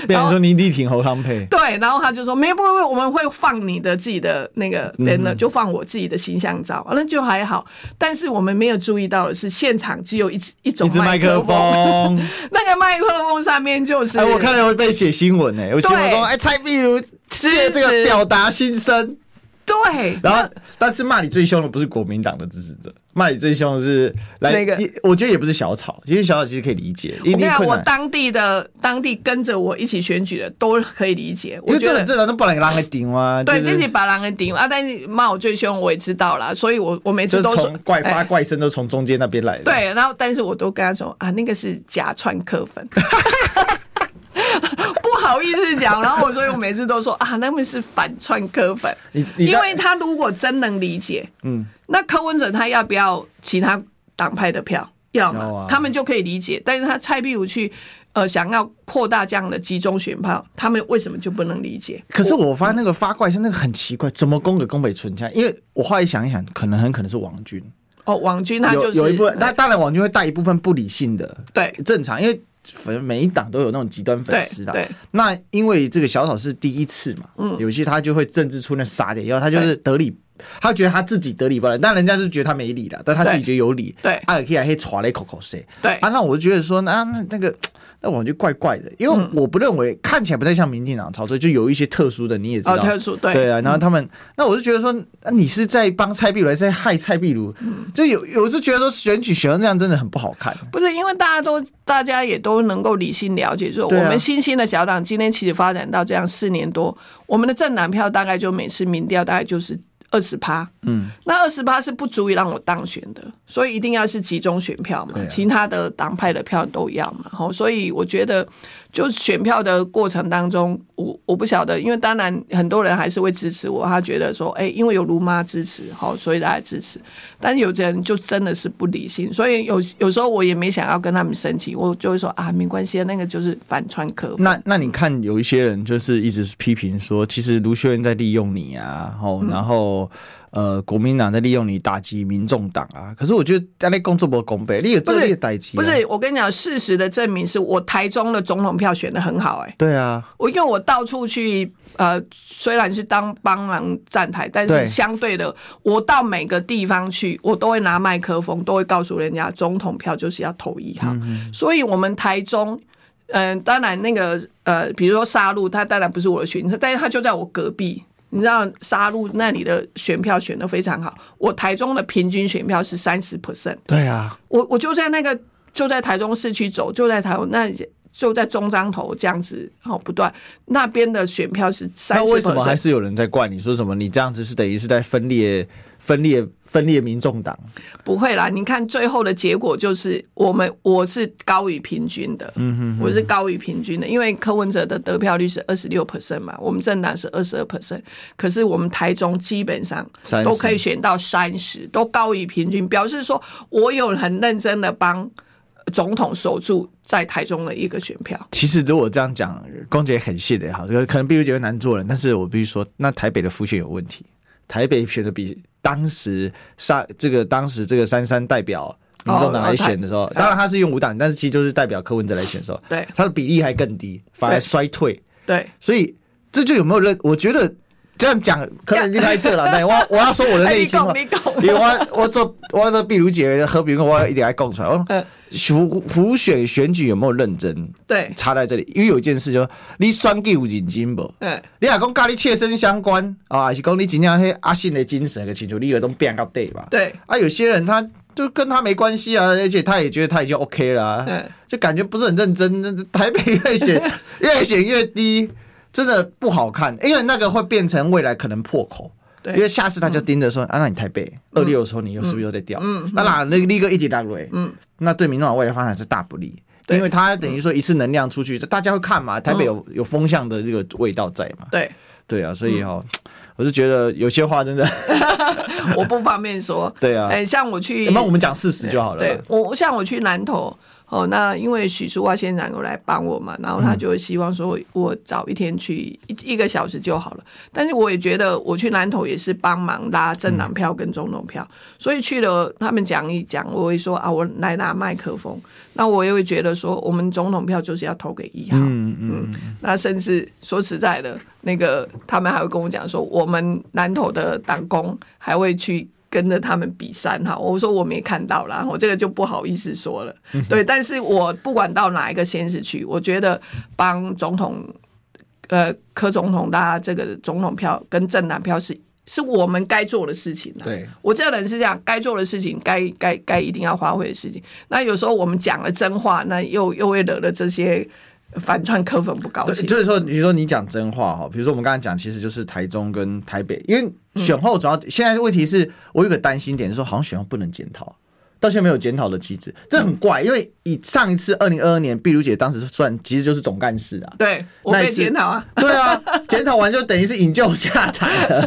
S1: 变
S2: 然
S1: 成
S2: 后
S1: 说你力挺侯康配，
S2: 对，然后他就说没有，不会，不会我们会放你的自己的那个
S1: 嗯
S2: banner，、就放我自己的形象照，那就还好。但是我们没有注意到的是，现场只有一只一种
S1: 一支麦克
S2: 风，
S1: 风。
S2: 那个麦克风上面就是，
S1: 哎，我看到有被写新闻哎，有新闻
S2: 对
S1: 说哎蔡壁如借这个表达心声，
S2: 对，
S1: 然后但是骂你最凶的不是国民党的支持者，骂你最凶的是来
S2: 那个
S1: 你我觉得也不是小草，其实小草其实可以理解，一
S2: 我跟你
S1: 定
S2: 讲，
S1: 困
S2: 我
S1: 难。
S2: 当地的当地跟着我一起选举的都可以理解，
S1: 因
S2: 我
S1: 为
S2: 觉
S1: 这
S2: 得
S1: 很。正常，都不然让来顶啊。
S2: 对，
S1: 就是
S2: 自己把狼人顶啊，但是骂我最凶，我也知道啦，所以我我每
S1: 就
S2: 次
S1: 是
S2: 都说
S1: 从怪发
S2: 哎
S1: 怪声都从中间那边来的。，
S2: 对，然后但是我都跟他说啊，那个是假串 客粉。 不好意思讲，然后我所以我每次都说啊，他们是反串科粉，
S1: 你你知
S2: 因
S1: 道
S2: 为他如果真能理解，
S1: 嗯，
S2: 那柯文哲他要不要其他党派的票？要嘛，
S1: 要啊
S2: 他们就可以理解。但是他蔡壁如去呃想要扩大这样的集中选票，他们为什么就不能理解？
S1: 可是我发现那个发怪声那个很奇怪，怎么攻给宫北春香？因为我后来想一想，可能很可能是王军，
S2: 哦，网军他就是
S1: 有有一部分，那当然王军会带一部分不理性的，
S2: 对
S1: 正常，因为反正每一党都有那种极端粉丝的。啊
S2: 对对
S1: 那因为这个小草是第一次嘛，
S2: 嗯
S1: 有些他就会政治出那傻点，然后他就是得理他觉得他自己得理不饶，但人家是觉得他没理的，但他自己觉得有理。啊
S2: 对
S1: 阿尔克亚黑喘了一口口水。
S2: 对
S1: 啊，那我就觉得说，那那那个。那我就怪怪的，因
S2: 嗯
S1: 为我不认为、看起来不太像民进党操作，就有一些特殊的，你也知道，
S2: 哦特殊对
S1: 啊。然后他们，那我就觉得说，啊你是在帮蔡壁如，还是在害蔡壁如？
S2: 嗯
S1: 就有有时觉得说选举选成这样真的很不好看。
S2: 不是因为大家都大家也都能够理性了解，说我
S1: 对啊
S2: 们新兴的小党今天其实发展到这样四年多，我们的政党票大概就每次民调大概就是二十趴，嗯，那二十趴是不足以让我当选的，所以一定要是集中选票嘛，
S1: 对啊
S2: 其他的党派的票都要嘛，吼，所以我觉得就选票的过程当中，我我不晓得，因为当然很多人还是会支持我，他觉得说，哎、因为有卢妈支持，好，所以大家支持，但有的人就真的是不理性，所以有有时候我也没想要跟他们生气，我就会说啊，没关系，那个就是反川客。
S1: 那那你看，有一些人就是一直是批评说，其实卢秀燕在利用你啊，然
S2: 嗯
S1: 后然后呃，国民党在利用你打击民众党啊。可是我觉得在那工作不公平，你有啊这
S2: 不
S1: 类
S2: 是
S1: 打击、
S2: 不是，？我跟你讲，事实的证明是我台中的总统票选的很好、哎。
S1: 对啊，
S2: 我因为我到处去，呃，虽然是当帮忙站台，但
S1: 对
S2: 是相对的，我到每个地方去，我都会拿麦克风，都会告诉人家，总统票就是要投一号。所以，我们台中，嗯、当然那个呃，比如说沙鹿，它当然不是我的选，但是它就在我隔壁。你知道沙鹿那里的选票选的非常好，我台中的平均选票是三十 percent。
S1: 对啊，
S2: 我我就在那个就在台中市区走，就在台中那就在中彰头这样子，好不断那边的选票是三
S1: 那
S2: 十
S1: 为什么还是有人在怪你说什么？你这样子是等于是在分裂、分裂、分裂民众党？
S2: 不会啦，你看最后的结果就是我们我是高于平均的，嗯哼我是高于平均的，因为柯文哲的得票率是二十六 percent 嘛，我们政党是二十二 percent，可是我们台中基本上
S1: 30
S2: 都可以选到三十，都高于平均，表示说我有很认真的帮总统守住在台中的一个选票。
S1: 其实如果这样讲，公姐很谢的哈，这个可能碧如姐会难做人，但是我必须说，那台北的复选有问题，台北选的比当时沙这个当时这个三三代表。民众党来选的时候，
S2: 哦哦台
S1: 当然他是用五党，但是其实就是代表柯文哲来选的时候，
S2: 对
S1: 他的比例还更低，反而
S2: 对
S1: 衰退。
S2: 对，
S1: 所以这就有没有认？我觉得这样讲可能离开这 了，但我我要说我的内心话
S2: 哎你讲你讲
S1: 因为我我做我做碧如姐和平共，我要一点来供出来。我
S2: 嗯
S1: 浮浮选选举有没有认真？
S2: 对
S1: 差在这里，因为有一件事就是你选举有认真无？
S2: 嗯，
S1: 你若讲甲你切身相关啊，还是讲你真正迄阿信的精神个请求，你有都变到底吧？
S2: 对
S1: 啊，有些人他就跟他没关系啊，而且他也觉得他已经 OK 了、啊，
S2: 嗯
S1: 就感觉不是很认真。那台北越选越选越低，真的不好看，因为那个会变成未来可能破口。
S2: 对
S1: 因为下次他就盯着说、啊，那你台北二六的时候，你又是不是又在掉？嗯，那那那立刻一起打落，嗯，那对民众党未来发展是大不利。
S2: 对
S1: 因为他等于说一次能量出去，大家会看嘛，台北有、有风向的这个味道在嘛，
S2: 对，
S1: 对啊，所以哈、我是觉得有些话真的， 。
S2: 我不方便说
S1: 对啊
S2: 哎、像我去，
S1: 那我们讲事实就好了。
S2: 对我，像我去南投。哦，那因为许淑华县长有来帮我嘛，然后
S1: 嗯
S2: 他就会希望说我早一天去一一个小时就好了。但是我也觉得我去南投也是帮忙拉政
S1: 嗯
S2: 党票跟总统票，所以去了他们讲一讲，我会说啊，我来拿麦克风，那我也会觉得说我们总统票就是要投给一号，
S1: 嗯嗯，
S2: 那甚至说实在的，那个他们还会跟我讲说，我们南投的党工还会去跟着他们比三哈。我说我没看到啦，我这个就不好意思说了。对，但是我不管到哪一个县市去，我觉得帮总统，呃，柯总统拉这个总统票跟政党票是。是我们该做的事情啦。
S1: 对，
S2: 我这个人是这样，该做的事情，该该该一定要发挥的事情。那有时候我们讲了真话，那又又会惹了这些反串柯粉不高
S1: 对，
S2: 兴。
S1: 就是说，比如说你讲真话哈，比如说我们刚才讲，其实就是台中跟台北，因为选后主要、现在问题是我有个担心点，就是说好像选后不能检讨。到现在没有检讨的机制，这很怪，因为以上一次二零二二年，碧如姐当时算其实就是总干事啊，
S2: 对我
S1: 那一
S2: 被
S1: 次
S2: 检讨啊，
S1: 对啊，检讨完就等于是引咎下台 了，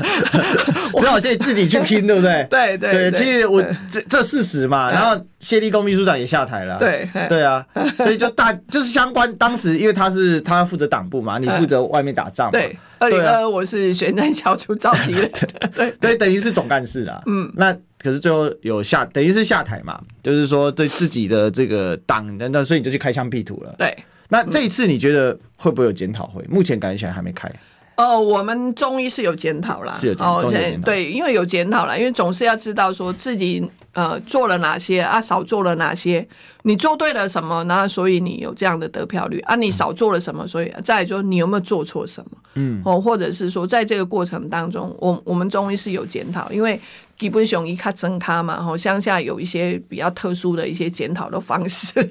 S1: 只好现在自己去拼，对不对？
S2: 对对对
S1: 其实我
S2: 对嗯
S1: 这这事实嘛，然后谢立功秘书长也下台了，
S2: 对嘿
S1: 对 啊，所以就大就是相关当时因为他是他负责党部嘛，你负责外面打仗嘛，
S2: 嗯对，二零
S1: 对
S2: 二
S1: 啊
S2: 二我是选战小组召集人，对
S1: 对，等于是总干事啦。嗯，那可是最后有下，等于是下台嘛，就是说对自己的这个党，那那所以你就去开疆辟土了。
S2: 对。
S1: 那这一次你觉得会不会有检讨会？目前感觉起来还没开。
S2: 哦，我们中医是有检讨啦，
S1: 是有检讨
S2: 哦
S1: 中医有
S2: 对
S1: 检讨
S2: 对，因为有检讨啦，因为总是要知道说自己呃做了哪些啊，少做了哪些，你做对了什么，那所以你有这样的得票率啊，你少做了什么，所以再来就是你有没有做错什么，嗯，哦，或者是说在这个过程当中，我我们中医是有检讨，因为。基本上一卡增卡嘛，吼，乡下有一些比较特殊的一些检讨的方 式，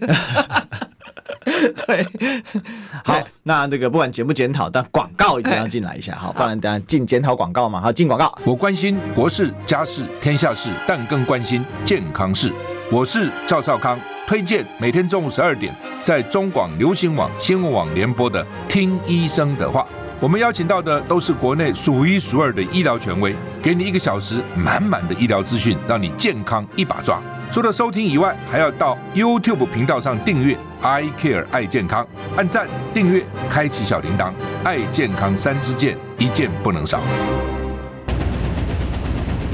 S2: 对，
S1: 好，那这个不管检不检讨，但广告一定要进来一下，好，不然等下进检讨广告嘛，好，进广告。
S5: 我关心国事、家事、天下事，但更关心健康事。我是赵少康，推荐每天中午十二点在中广流行网、新闻网联播的《听医生的话》。我们邀请到的都是国内数一数二的医疗权威，给你一个小时满满的医疗资讯，让你健康一把抓。除了收听以外，还要到 YouTube 频道上订阅 “I Care 爱健康”，按赞、订阅、开启小铃铛，爱健康三支箭，一件不能少。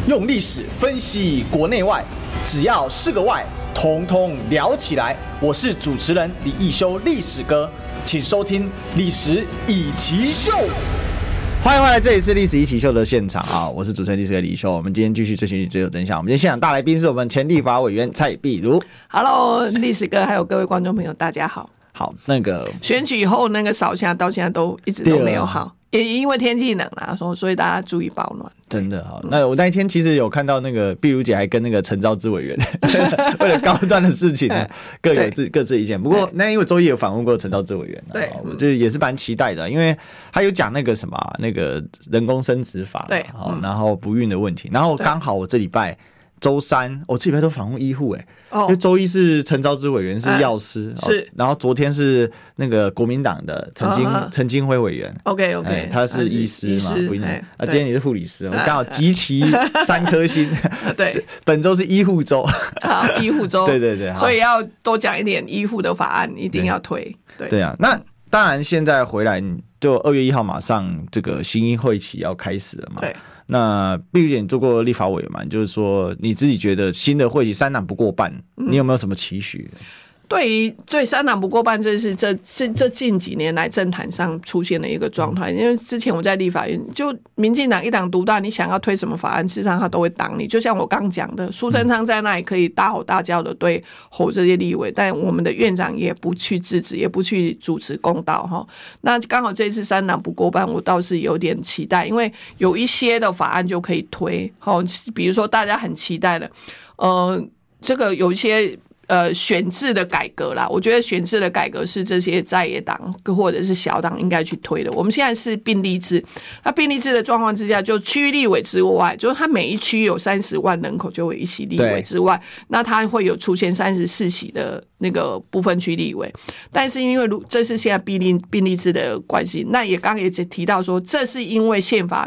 S4: 用历史分析国内外，只要是个“外”，统统聊起来。我是主持人李一修，历史哥，请收听《历史以奇秀》。
S1: 欢迎回来，这里是《历史一起秀》的现场啊！我是主持人历史哥李修，我们今天继续追寻追求真相。我们今天现场大来宾是我们前立法委员蔡碧如。
S2: Hello，历史哥，还有各位观众朋友，大家好。
S1: 好，那个
S2: 选举后那个扫下到现在都一直都没有
S1: 啊
S2: 好，也因为天气冷啦，所所以大家注意保暖。
S1: 真的
S2: 嗯
S1: 好，那我那一天其实有看到那个碧如姐还跟那个陈昭之委员 为了高端的事情呢
S2: 哎，
S1: 各有
S2: 对
S1: 自各自意见。不过
S2: 哎
S1: 那因为周一有访问过陈昭之委员啊，
S2: 对
S1: 我
S2: 嗯
S1: 就也是蛮期待的，因为他有讲那个什么啊那个人工生殖法嘛，
S2: 对
S1: 好
S2: 嗯
S1: 然后不孕的问题，然后刚好我这礼拜。周三，我这礼拜都访问医护哎、因
S2: 哦
S1: 为，周一是陈昭之委员是
S2: 嗯
S1: 药师，哦
S2: 是
S1: 然后昨天是那个国民党的陈金
S2: 啊哈
S1: 陈金辉委员，
S2: OK
S1: 哎
S2: OK，
S1: 他是医师啊嘛，不一定啊。今天你是护理师，我
S2: 哎
S1: 刚好集齐三颗 星。
S2: 对，
S1: 本周是医护周，
S2: 好医护 周，
S1: 对对对好
S2: 所以要多讲一点医护的法案，一定
S1: 对
S2: 要推。对
S1: 对 啊。那当然，现在回来你就二月一号马上这个新英会期要开始了嘛。
S2: 对。
S1: 那碧如姐，你做过立法委员嘛？你就是说你自己觉得新的会期三党不过半，你有没有什么期许？
S2: 对于最三党不过半，这是这这这近几年来政坛上出现的一个状态。因为之前我在立法院，就民进党一党独大，你想要推什么法案，事实上他都会挡你。就像我刚讲的，苏贞昌在那里可以大吼大叫的对吼这些立委，但我们的院长也不去制止，也不去主持公道哈。那刚好这次三党不过半，我倒是有点期待，因为有一些的法案就可以推，好，比如说大家很期待的，呃，这个有一些呃选制的改革啦，我觉得选制的改革是这些在野党或者是小党应该去推的。我们现在是并立制，那并立制的状况之下，就区域立委之外，就是它每一区有三十万人口就会一席立
S1: 对
S2: 委之外，那它会有出现三十四席的那个部分区立委。但是因为如这是现在并立并立制的关系，那也刚刚也提到说，这是因为宪法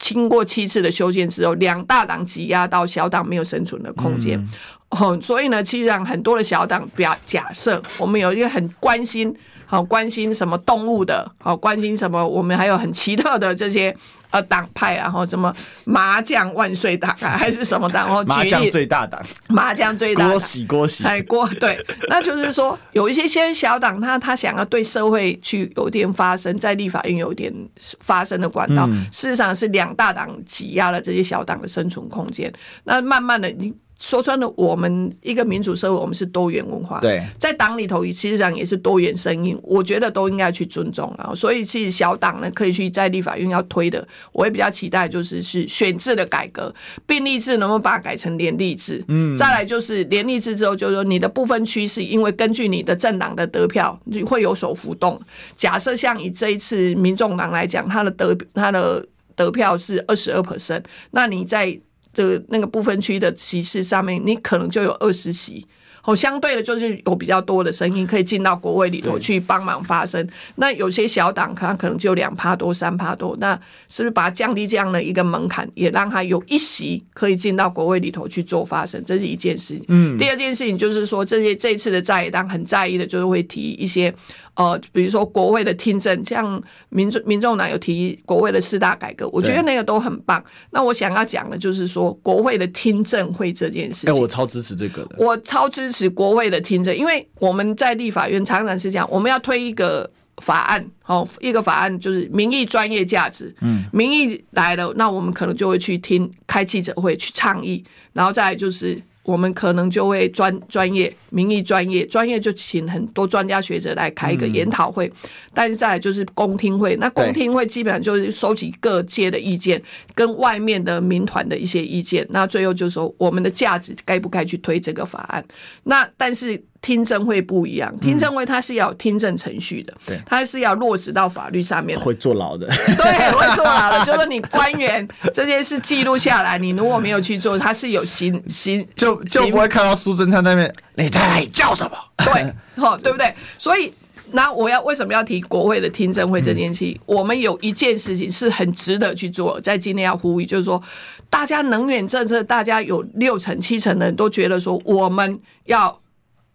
S2: 经过七次的修宪之后，两大党挤压到小党没有生存的空间。哦，所以呢，其实让很多的小党，表假设我们有一个很关心，好、关心什么动物的，好、关心什么，我们还有很奇特的这些呃党派啊，然后什么麻将万岁党啊，还是什么党？哦，
S1: 麻
S2: 举
S1: 将
S2: 例
S1: 最大党，
S2: 麻将最大
S1: 郭
S2: 党。
S1: 喜郭喜，
S2: 哎，郭对，那就是说有一些些小党他，他想要对社会去有点发声，在立法院有点发声的管道，事实上是两大党挤压了这些小党的生存空间。那慢慢的，你说穿了，我们一个民主社会，我们是多元文化，
S1: 对
S2: 在党里头，其实上也是多元声音，我觉得都应该去尊重啊。所以，其实小党呢，可以去在立法院要推的，我也比较期待就是是选制的改革，并立制能不能把它改成联立制？嗯，再来就是联立制之后，就是说你的部分区是因为根据你的政党的得票你会有所浮动。假设像以这一次民众党来讲，他的得他的得票是二十二 percent，那你在这个那个部分区的席次上面，你可能就有二十席。哦，相对的，就是有比较多的声音可以进到国会里头去帮忙发声。那有些小党可能可能就两趴多、三趴多，那是不是把它降低这样的一个门槛，也让他有一席可以进到国会里头去做发声？这是一件事情。嗯，第二件事情就是说，这些这一次的在野党很在意的，就是会提一些呃，比如说国会的听证，像民众民众党有提国会的四大改革，我觉得那个都很棒。那我想要讲的就是说，国会的听证会这件事
S1: 哎，
S2: 情，
S1: 我超支持这个的。
S2: 我超支持国会的听证，因为我们在立法院常常是这样，我们要推一个法案，哦，一个法案就是民意专业价值，嗯，民意来了，那我们可能就会去听开记者会去倡议，然后再来就是我们可能就会专专业民意专业专业就请很多专家学者来开一
S1: 嗯
S2: 个研讨会，但是再来就是公听会，那公听会基本上就是收集各界的意见跟外面的民团的一些意见，那最后就是说我们的价值该不该去推这个法案，那但是。听证会不一样，听证会它是要有听证程序的，
S1: 嗯对
S2: 它是要落实到法律上面的。
S1: 会坐牢的。
S2: 对，会做好了，就 说你官员这件事记录下来，你如果没有去做，它是有刑刑
S1: 就就
S2: 刑
S1: 不会看到苏贞昌在那边，你在叫什么？
S2: 对，好、对不对？所以，那我要为什么要提国会的听证会这件事情？我们有一件事情是很值得去做，在今天要呼吁，就是说，大家能源政策，大家有六成七成的人都觉得说，我们要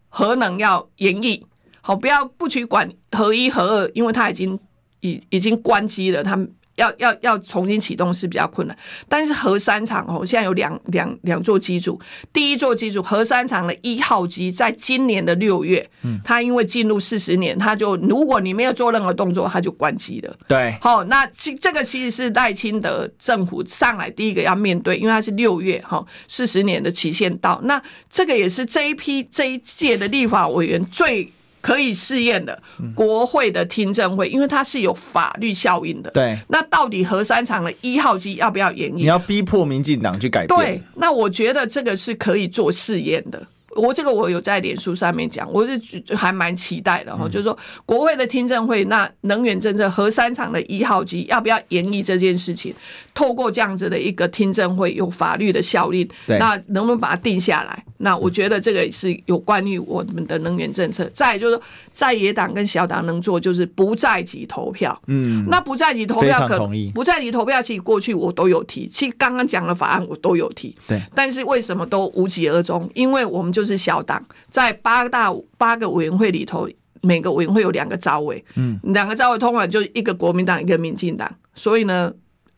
S2: 核能要延役，好，不要不去管核一核二，因为它已经已已经关机了，他们。要要要重新启动是比较困难，但是核三厂哦，现在有两两两座机组，第一座机组核三厂的一号机，在今年的六月，嗯，它因为进入四十年，它就如果你没有做任何动作，它就关机了。
S1: 对，
S2: 好、那其这个其实是赖清德政府上来第一个要面对，因为它是六月哈四十年的期限到，那这个也是这一批这一届的立法委员最。可以试验的
S1: 嗯
S2: 国会的听证会，因为它是有法律效应的。
S1: 对
S2: 那到底核三厂的一号机要不要演绎？
S1: 你要逼迫民进党去改变。
S2: 对，那我觉得这个是可以做试验的。我这个我有在脸书上面讲，我是觉还蛮期待的
S1: 嗯
S2: 哈，就是说国会的听证会，那能源政策核三厂的一号机要不要延役这件事情，透过这样子的一个听证会，有法律的效力，
S1: 对
S2: 那能不能把它定下来？那我觉得这个也是有关于我们的能源政策。再来就是说在野党跟小党能做，就是不在籍投票，
S1: 嗯，
S2: 那不在籍投
S1: 非
S2: 票
S1: 常
S2: 可
S1: 同意
S2: 不在籍投票，其实过去我都有提，其实刚刚讲的法案我都有提，
S1: 对，
S2: 但是为什么都无疾而终？因为我们就是小党，在八大八个委员会里头，每个委员会有两个招委，嗯，两个招委通常就是一个国民党，一个民进党，所以呢。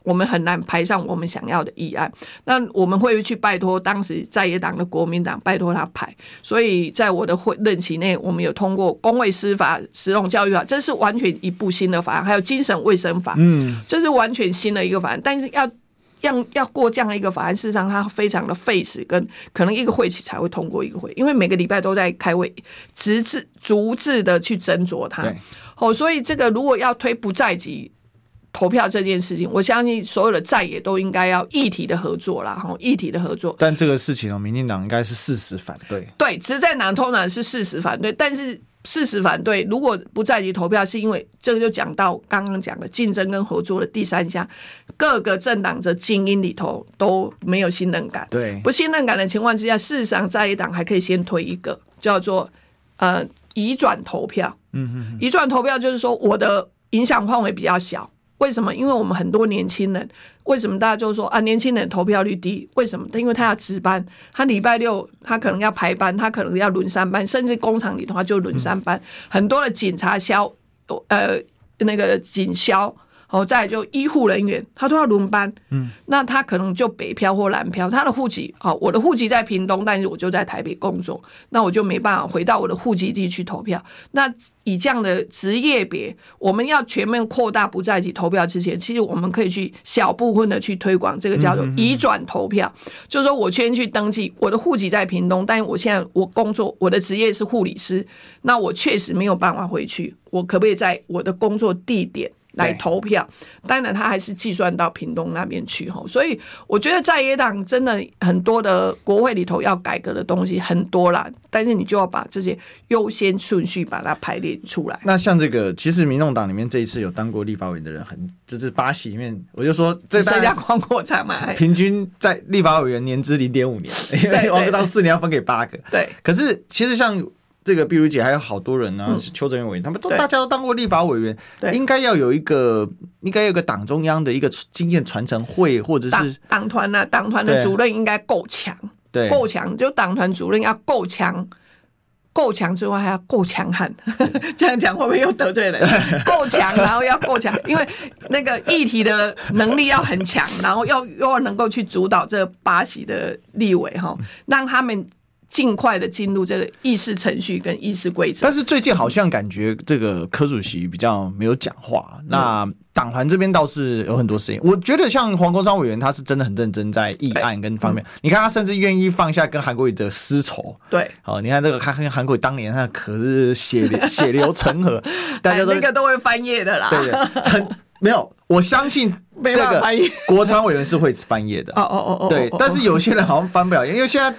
S2: 我们很难排上我们想要的议案，那我们会去拜托当时在野党的国民党，拜托他排。所以在我的会任期内，我们有通过公卫司法、实农教育法，这是完全一部新的法案，还有精神卫生法，
S1: 嗯，
S2: 这是完全新的一个法案，但是要。要要过这样一个法案，事实上它非常的费时，跟可能一个会期才会通过一个会，因为每个礼拜都在开会，直至逐字的去斟酌它
S1: 对。
S2: 哦，所以这个如果要推不在籍投票这件事情，我相信所有的在野都应该要议题的合作啦，哈、议题的合作。
S1: 但这个事情哦，民进党应该是事实反对。
S2: 对，执政党通常是事实反对，但是事实反对如果不在籍投票，是因为这个就讲到刚刚讲的竞争跟合作的第三项，各个政党的精英里头都没有信任感。
S1: 对
S2: 不信任感的情况之下，事实上在野党还可以先推一个叫做呃移转投票。嗯嗯，移转投票就是说我的影响范围比较小。为什么？因为我们很多年轻人，为什么大家就说啊，年轻人投票率低？为什么？因为他要值班，他礼拜六他可能要排班，他可能要轮三班，甚至工厂里头他就轮三班。很多的警察消，呃，那个警消，哦，再来就医护人员，他都要轮班。嗯，那他可能就北漂或南漂，他的户籍哦，我的户籍在屏东，但是我就在台北工作，那我就没办法回到我的户籍地去投票。那以这样的职业别，我们要全面扩大不在籍投票之前，其实我们可以去小部分的去推广这个叫做移转投票，就是说我先去登记，我的户籍在屏东，但是我现在我工作，我的职业是护理师，那我确实没有办法回去，我可不可以在我的工作地点？来
S1: 对
S2: 投票，当然他还是计算到屏东那边去吼，所以我觉得在野党真的很多的国会里头要改革的东西很多啦，但是你就要把这些优先顺序把它排列出来。
S1: 那像这个，其实民众党里面这一次有当过立法委员的人很，就是八席里面，我就说这
S2: 只剩
S1: 大
S2: 下光国才嘛，哎
S1: 平均在立法委员年资零点五年，因为
S2: 对
S1: 王国昌四年要分给八个。
S2: 对
S1: 可是其实像这个碧如姐还有好多人啊，是邱泽元委员，他们都
S2: 嗯对
S1: 大家都当过立法委员，
S2: 对
S1: 应该要有一个应该有一个党中央的一个经验传承会，或者
S2: 党
S1: 是
S2: 党团呐，党团的
S1: 对
S2: 主任应该够强，
S1: 对
S2: 够强，就党团主任要够强。够强之外，还要够强悍。 这样讲会不会又得罪人？ 够强，然后要够强，因为那个议题的能力要很强，然后要又要能够去主导这八席的立委哈，让他们尽快的进入这个议事程序跟议事规则
S1: 但。是最近好像感觉这个柯主席比较没有讲话，
S2: 嗯
S1: 那党团这边倒是有很多事情。我觉得像黄国昌委员，他是真的很认真在议案跟方面，
S2: 嗯
S1: 你看他甚至愿意放下跟韩国瑜的私仇。
S2: 对，
S1: 好、你看这个，他跟韩国瑜当年他可是血流血流成 河，大家
S2: 哎
S1: 都、
S2: 那个都会翻页的啦。
S1: 对对，很没有。我相信
S2: 没
S1: 这
S2: 办法
S1: 个
S2: 翻译
S1: 国昌委员是会翻页的
S2: 哦，哦哦哦，
S1: 对
S2: 哦哦。
S1: 但是有些人好像翻不了页，因为现 在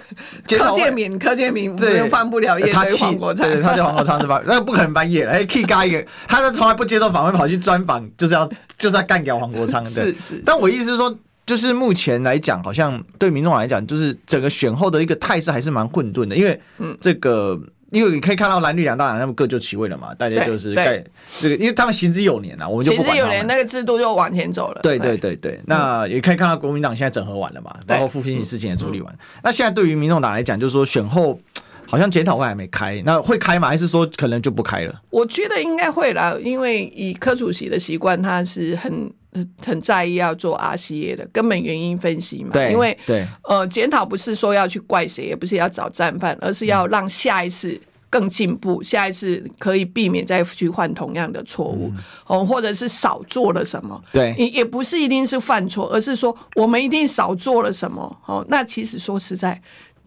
S1: 检讨
S2: 柯
S1: 会
S2: 建明，柯建明
S1: 对，
S2: 又翻不了页，
S1: 他
S2: 对
S1: 气
S2: 黄国昌，
S1: 对，他对黄国昌是吧？那不可能半夜了，哎，K 加一个，他就从来不接受访问，跑去专访，就是要就是要干掉黄国昌的。
S2: 是是
S1: 但我意思是说，就是目前来讲，好像对民众党来讲，就是整个选后的一个态势还是蛮混沌的，因为
S2: 嗯
S1: 这个。因为你可以看到蓝绿两大党他们各就其位了嘛，大家
S2: 对
S1: 就是
S2: 对
S1: 盖这个，因为他们行之有年啊，我们就不
S2: 行之
S1: 管他
S2: 有
S1: 们
S2: 年，那个制度就往前走了。
S1: 对对对对，那也可以看到国民党现在整合完了嘛，包括
S2: 哎嗯对嗯
S1: 复兴事情也处理完。那现在对于民众党来讲，就是说选后好像检讨会还没开，那会开吗？还是说可能就不开了？
S2: 我觉得应该会啦，因为以柯主席的习惯，他是很很很在意要做 RCA 的根本原因分析嘛。
S1: 对，
S2: 因为
S1: 对
S2: 呃，检讨不是说要去怪谁，也不是要找战犯，而是要让下一次更进步，下一次可以避免再去犯同样的错误，
S1: 嗯
S2: 哦、或者是少做了什么。也
S1: 对
S2: 也不是一定是犯错，而是说我们一定少做了什么。哦，那其实说实在，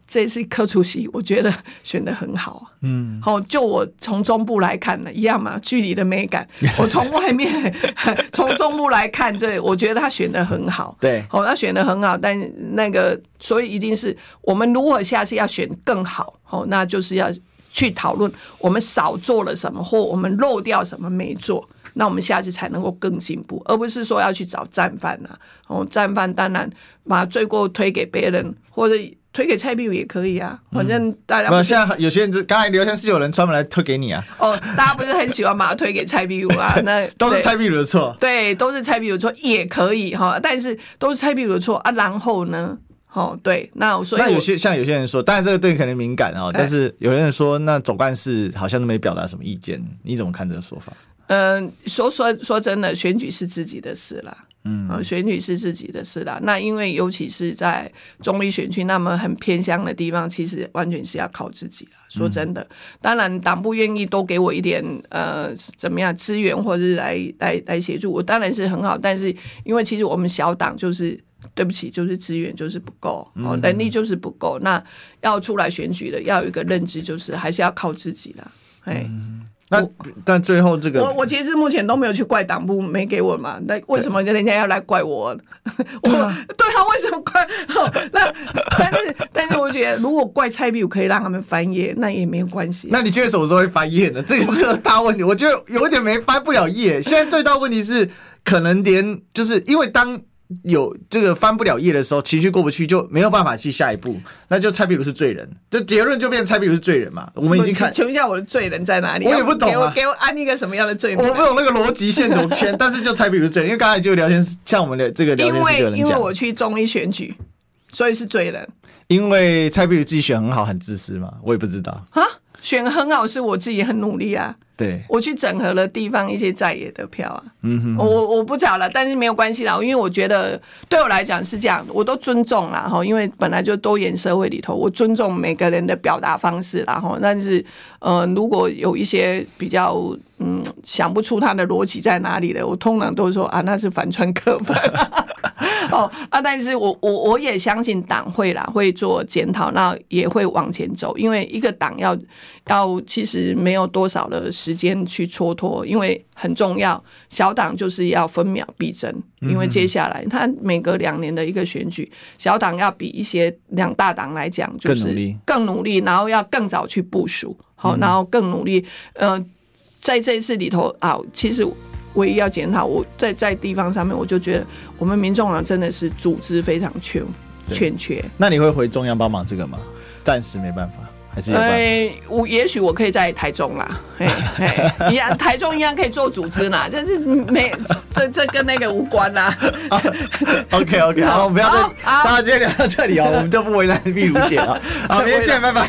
S2: 这次柯主席我觉得选的很好啊。嗯，好、就我从中部来看呢，一样嘛，距离的美感。我从外面 从中部来看这，我觉得他选的很好。
S1: 对
S2: 哦，他选的很好，但那个所以一定是我们如何下次要选更好，哦，那就是要去讨论我们少做了什么，或我们漏掉什么没做，那我们下次才能够更进步，而不是说要去找战犯啊，哦，战犯当然把罪过推给别人，或者推给蔡壁如也可以啊，反正大家
S1: 没
S2: 不
S1: 有，
S2: 是、
S1: 现在有些人就刚才聊天室有人专门来推给你啊，
S2: 哦，大家不是很喜欢把它推给蔡壁如 啊，那
S1: 都是
S2: 对
S1: 蔡壁如的错。
S2: 对，都是蔡壁如的错也可以哈，但是都是蔡壁如的错啊。然后呢？哦，对，那所以
S1: 那有
S2: 我
S1: 些像有些人说，当然这个对你可能敏感哦，
S2: 哎
S1: 但是有些人说，那总干事好像都没表达什么意见，你怎么看这个说法？
S2: 嗯，说说说真的，选举是自己的事啦。嗯、选举是自己的事啦。那因为尤其是在中立选区那么很偏乡的地方，其实完全是要靠自己啦。说真的，当然党部愿意多给我一点呃怎么样资源，或者是来来来协助我，当然是很好。但是因为其实我们小党就是。对不起，就是资源就是不够，哦，能力就是不够。那要出来选举的，要有一个认知，就是还是要靠自己啦。哎、
S1: 那但最后这个
S2: 我我其实目前都没有去怪党部没给我嘛，那为什么人家要来怪我？ 我 对啊，为什么怪？那但是但是我觉得，如果怪蔡壁如可以让他们翻页，那也没有关系。
S1: 那你觉得什么时候会翻页呢？这个是个大问题，我觉得有点没翻不了页。现在最大问题是，可能连就是因为当有这个翻不了页的时候，情绪过不去，就没有办法去下一步， 那就蔡壁如是罪人，就结论就变成蔡壁如是罪人嘛。我们已经看，
S2: 请问一下我的罪人在哪里？
S1: 我也不懂啊
S2: 给我给我安一个什么样的罪
S1: 我
S2: 名
S1: 不
S2: 来？
S1: 懂那个逻辑线怎么圈，但是就蔡壁如是罪人，因为刚才就聊天室，像我们聊这个聊
S2: 因
S1: 天室就有
S2: 为
S1: 人
S2: 因为
S1: 讲，
S2: 我去中医选举，所以是罪人
S1: 因为蔡壁如自己选很好，很自私嘛，我也不知道。
S2: 啊。选很好是我自己很努力啊，
S1: 对，
S2: 我去整合了地方一些在野的票啊。嗯哼，我我我不找了，但是没有关系啦，因为我觉得对我来讲是这样，我都尊重啦哈，因为本来就多元社会里头，我尊重每个人的表达方式啦哈。但是，呃，如果有一些比较嗯想不出他的逻辑在哪里的，我通常都说啊，那是反串课本。 哦啊，但是我我我也相信党会啦，会做检讨，那也会往前走，因为一个党要要其实没有多少的时间去蹉跎，因为很重要，小党就是要分秒必争，因
S1: 嗯
S2: 为接下来他每隔两年的一个选举，小党要比一些两大党来讲就
S1: 更努
S2: 是
S1: 力嗯
S2: 更努力，然后要更早去部署，好、然后更努力，呃，在这一次里头啊，其实唯一要检讨，我在在地方上面，我就觉得我们民众党真的是组织非常缺欠缺。
S1: 那你会回中央帮忙这个吗？暂时没办法，还是有办法。
S2: 哎，我也许我可以在台中啦，哎哎，一样，台中一样可以做组织啦，这是没这这跟那个无关啦。
S1: OK OK，好，我们不要再，
S2: 好好
S1: 啊 大家今天聊到这里哦，我们就不为难壁如姐了。好，明天见，拜拜。